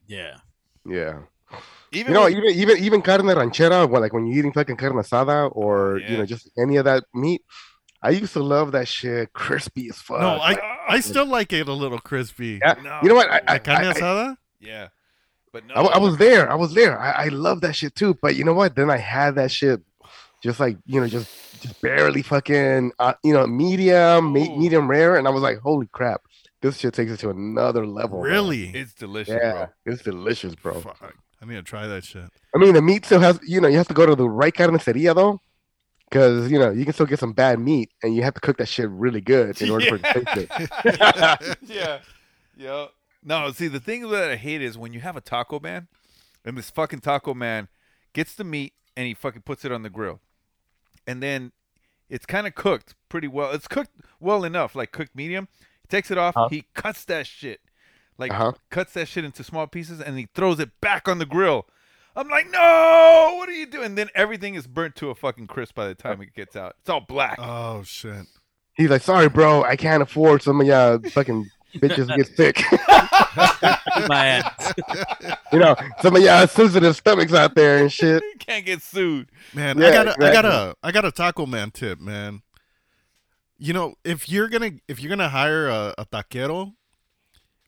S8: Yeah.
S5: Yeah.
S7: Even
S5: you know,
S7: when-
S5: even even even carne ranchera, well, like when you're eating fucking carne asada or you know just any of that meat, I used to love that shit crispy as fuck.
S6: no, I I still like it a little crispy.
S5: Yeah, you know what? I- I-
S6: Carne
S5: I- I-
S6: asada?
S7: Yeah. But no.
S5: I, I was there. I was there. I, I love that shit too. But you know what? Then I had that shit, just like you know, just just barely fucking uh, you know medium,
S6: Oh.
S5: me, medium rare, and I was like, holy crap, this shit takes it to another level. man.
S6: Really?
S7: It's delicious,
S5: Yeah, it's delicious, bro.
S6: I need to try that shit.
S5: I mean, the meat still has you know you have to go to the right carniceria though, because you know you can still get some bad meat, and you have to cook that shit really good in order for it to taste it.
S7: yeah. yeah. Yeah. No, see, the thing that I hate is when you have a taco man and this fucking taco man gets the meat and he fucking puts it on the grill. And then it's kind of cooked pretty well. It's cooked well enough, like cooked medium. He takes it off.
S5: Uh-huh.
S7: He cuts that shit. Like,
S5: Uh-huh.
S7: cuts that shit into small pieces and he throws it back on the grill. I'm like, no, what are you doing? then everything is burnt to a fucking crisp by the time it gets out. It's all black.
S5: Uh-huh.
S6: Oh shit.
S5: He's like, sorry, bro, I can't afford some of y'all fucking bitches get sick.
S8: Man.
S5: you know, some of y'all sensitive stomachs out there and shit.
S7: Can't get sued.
S6: Man,
S5: Yeah,
S6: I got a, I got a
S5: exactly.
S6: I got a Taco Man tip, man. You know, if you're gonna if you're gonna hire a, a taquero,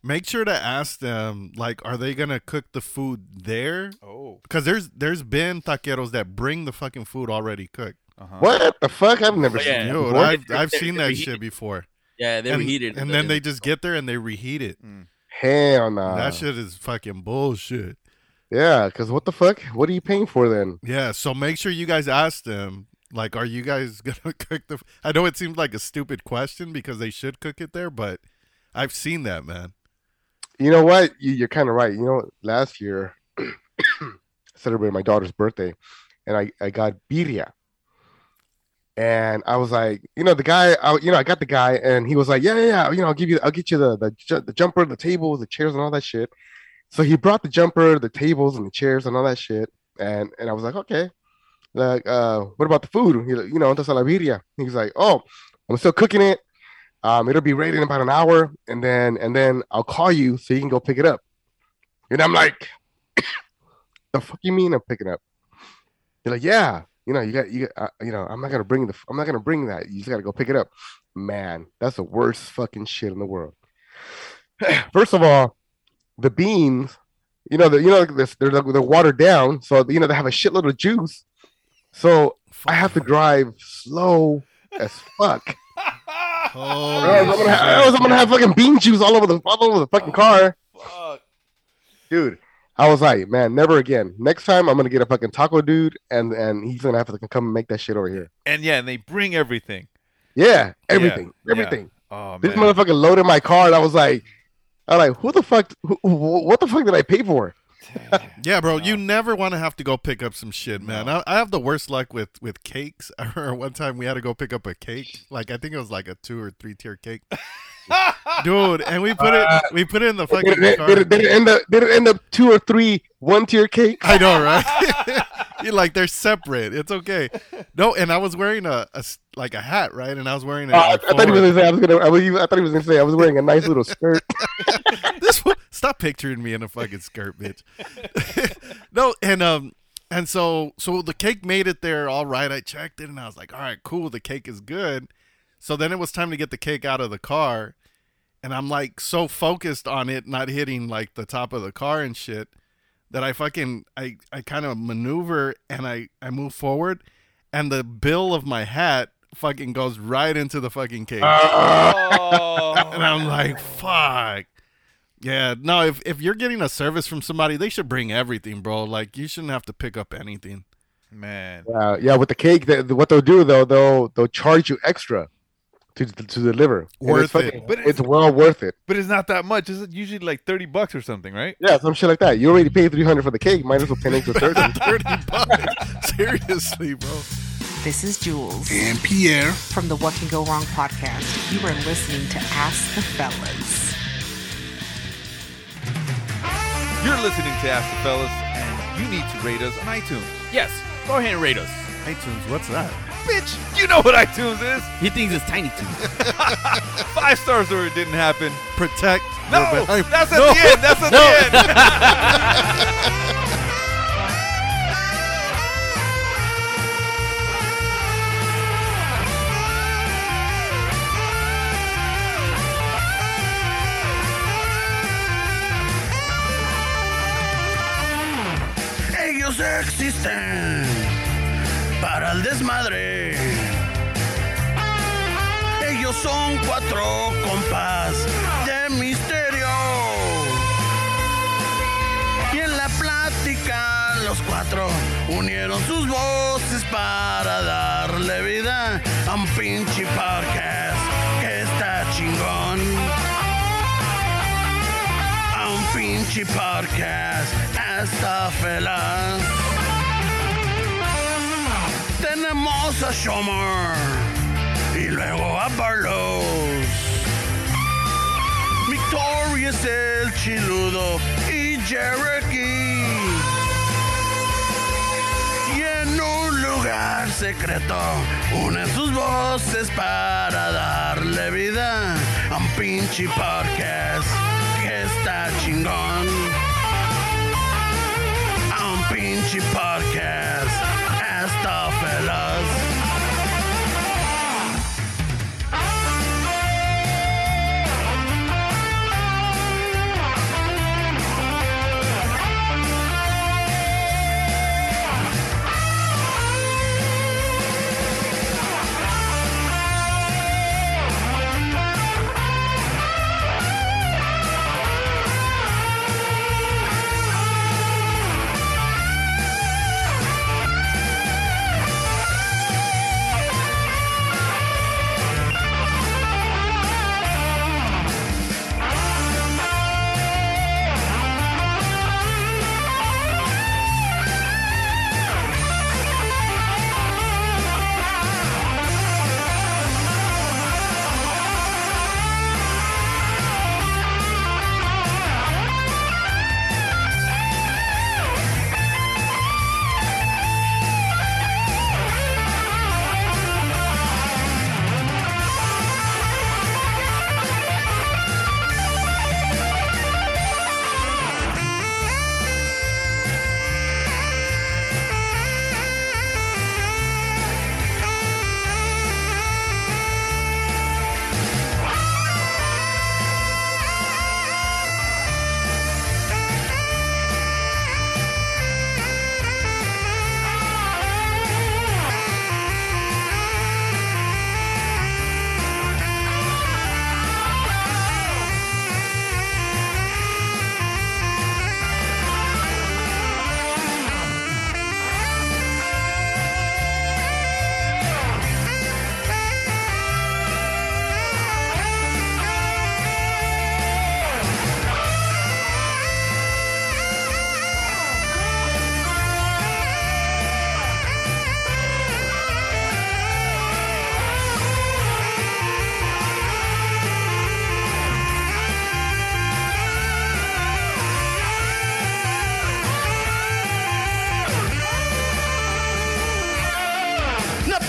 S6: make sure to ask them like, are they gonna cook the food there?
S7: Oh,
S6: because there's there's been taqueros that bring the fucking food already cooked.
S7: Uh-huh.
S5: What the fuck? I've never
S8: Oh,
S5: seen
S8: yeah.
S5: that
S6: Dude,
S5: before.
S6: I've I've seen that shit before.
S8: Yeah, they
S6: and,
S8: reheat it.
S6: and then they just get there and they reheat it.
S5: Hell nah.
S6: That shit is fucking bullshit.
S5: Yeah, because what the fuck? What are you paying for then?
S6: Yeah, so make sure you guys ask them. Like, are you guys gonna cook the? I know it seems like a stupid question because they should cook it there, but I've seen that, man.
S5: You know what? You, you're kind of right. You know, last year I celebrated my daughter's birthday, and I, I got birria, and I was like, you know, the guy, I, you know, I got the guy, and he was like, yeah, yeah, yeah, you know, I'll give you, I'll get you the the, ju- the jumper, the tables, the chairs, and all that shit. So he brought the jumper, the tables, and the chairs, and all that shit, and and I was like, okay, like, uh, what about the food? He, like, you know, that's la birria. He was like, oh, I'm still cooking it. Um, it'll be ready in about an hour, and then and then I'll call you so you can go pick it up. And I'm like, the fuck you mean I'm picking up? They're like, yeah, you know, you got, you, got, uh, you know, I'm not gonna bring the, f- I'm not gonna bring that. You just gotta go pick it up. Man, that's the worst fucking shit in the world. First of all, the beans, you know, the, you know, this- they're they're watered down, so you know they have a shitload of juice. So I have to drive slow as fuck.
S6: Oh,
S5: Or else I'm, gonna have, or else I'm gonna have fucking bean juice all over the all over the
S7: Oh,
S5: fucking car. Dude, I was like, man, never again. Next time I'm gonna get a fucking taco dude and and he's gonna have to come and make that shit over here.
S7: And yeah, and they bring everything.
S5: Yeah,
S7: Yeah,
S5: everything.
S7: yeah.
S5: Everything.
S7: Oh,
S5: this
S7: man.
S5: motherfucker loaded my car and I was like, I like, who the fuck who, who- what the fuck did I pay for?
S6: Yeah, bro, you never want to have to go pick up some shit, man. I, I have the worst luck with with cakes. I remember one time we had to go pick up a cake, like I think it was like a two or three tier cake, dude. And we put it we put it in the fucking
S5: Did it,
S6: car.
S5: did it- did it end up did it end up two or three one tier cakes?
S6: I know, right? You're like they're separate. It's okay. No, and I was wearing a, a s- like a hat, right? And I was wearing it.
S5: Uh, I, I
S6: like,
S5: thought he was gonna
S6: forward.
S5: say I was gonna I, was, I thought he was gonna say I was wearing a nice little skirt.
S6: this one, stop picturing me in a fucking skirt, bitch. no, and um, and so so the cake made it there all right. I checked it and I was like, all right, cool, the cake is good. So then it was time to get the cake out of the car, and I'm like so focused on it not hitting like the top of the car and shit that I fucking I I kind of maneuver and I I move forward, and the bill of my hat fucking goes right into the fucking cake. and I'm like, fuck. Yeah, no, if, if you're getting a service from somebody, they should bring everything, bro. Like, you shouldn't have to pick up anything.
S7: Man.
S5: Yeah, yeah. With the cake, they, what they'll do though, they'll they'll charge you extra to to deliver. And
S7: Worth
S5: it's fucking-
S7: it. But
S5: it's well worth it.
S7: But it's not that much. It's usually like thirty bucks or something, right?
S5: Yeah, some shit like that. You already paid three hundred for the cake. Might as well ten extra thirty.
S6: Seriously, bro.
S17: This is Jules.
S8: And Pierre.
S17: From the What Can Go Wrong podcast. You are listening to Ask the Fellas.
S7: You're listening to Ask the Fellas, and you need to rate us on iTunes.
S18: Yes, go ahead and rate us.
S6: iTunes, what's that?
S7: Bitch, you know what iTunes is.
S18: He thinks it's Tiny Toons.
S7: Five stars or it didn't happen.
S6: Protect.
S7: No,
S6: behind-
S7: that's at
S6: No.
S7: the end. That's at
S6: No.
S7: the end.
S8: Ellos existen para el desmadre. Ellos son cuatro compas de misterio. Y en la plática los cuatro unieron sus voces para darle vida a un pinche podcast que está chingón. A un pinche podcast está feliz. Tenemos a Shomer y luego a Barlow. Victoria es el chiludo y Cherokee. Y en un lugar secreto unen sus voces para darle vida a un pinche podcast que está chingón. A un pinche podcast está feliz.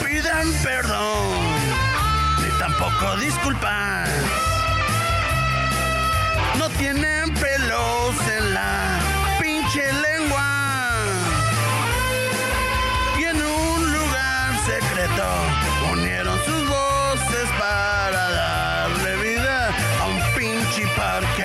S8: pidan perdón, ni tampoco disculpas. No tienen pelos en la pinche lengua. Y en un lugar secreto unieron sus voces para darle vida a un pinche parque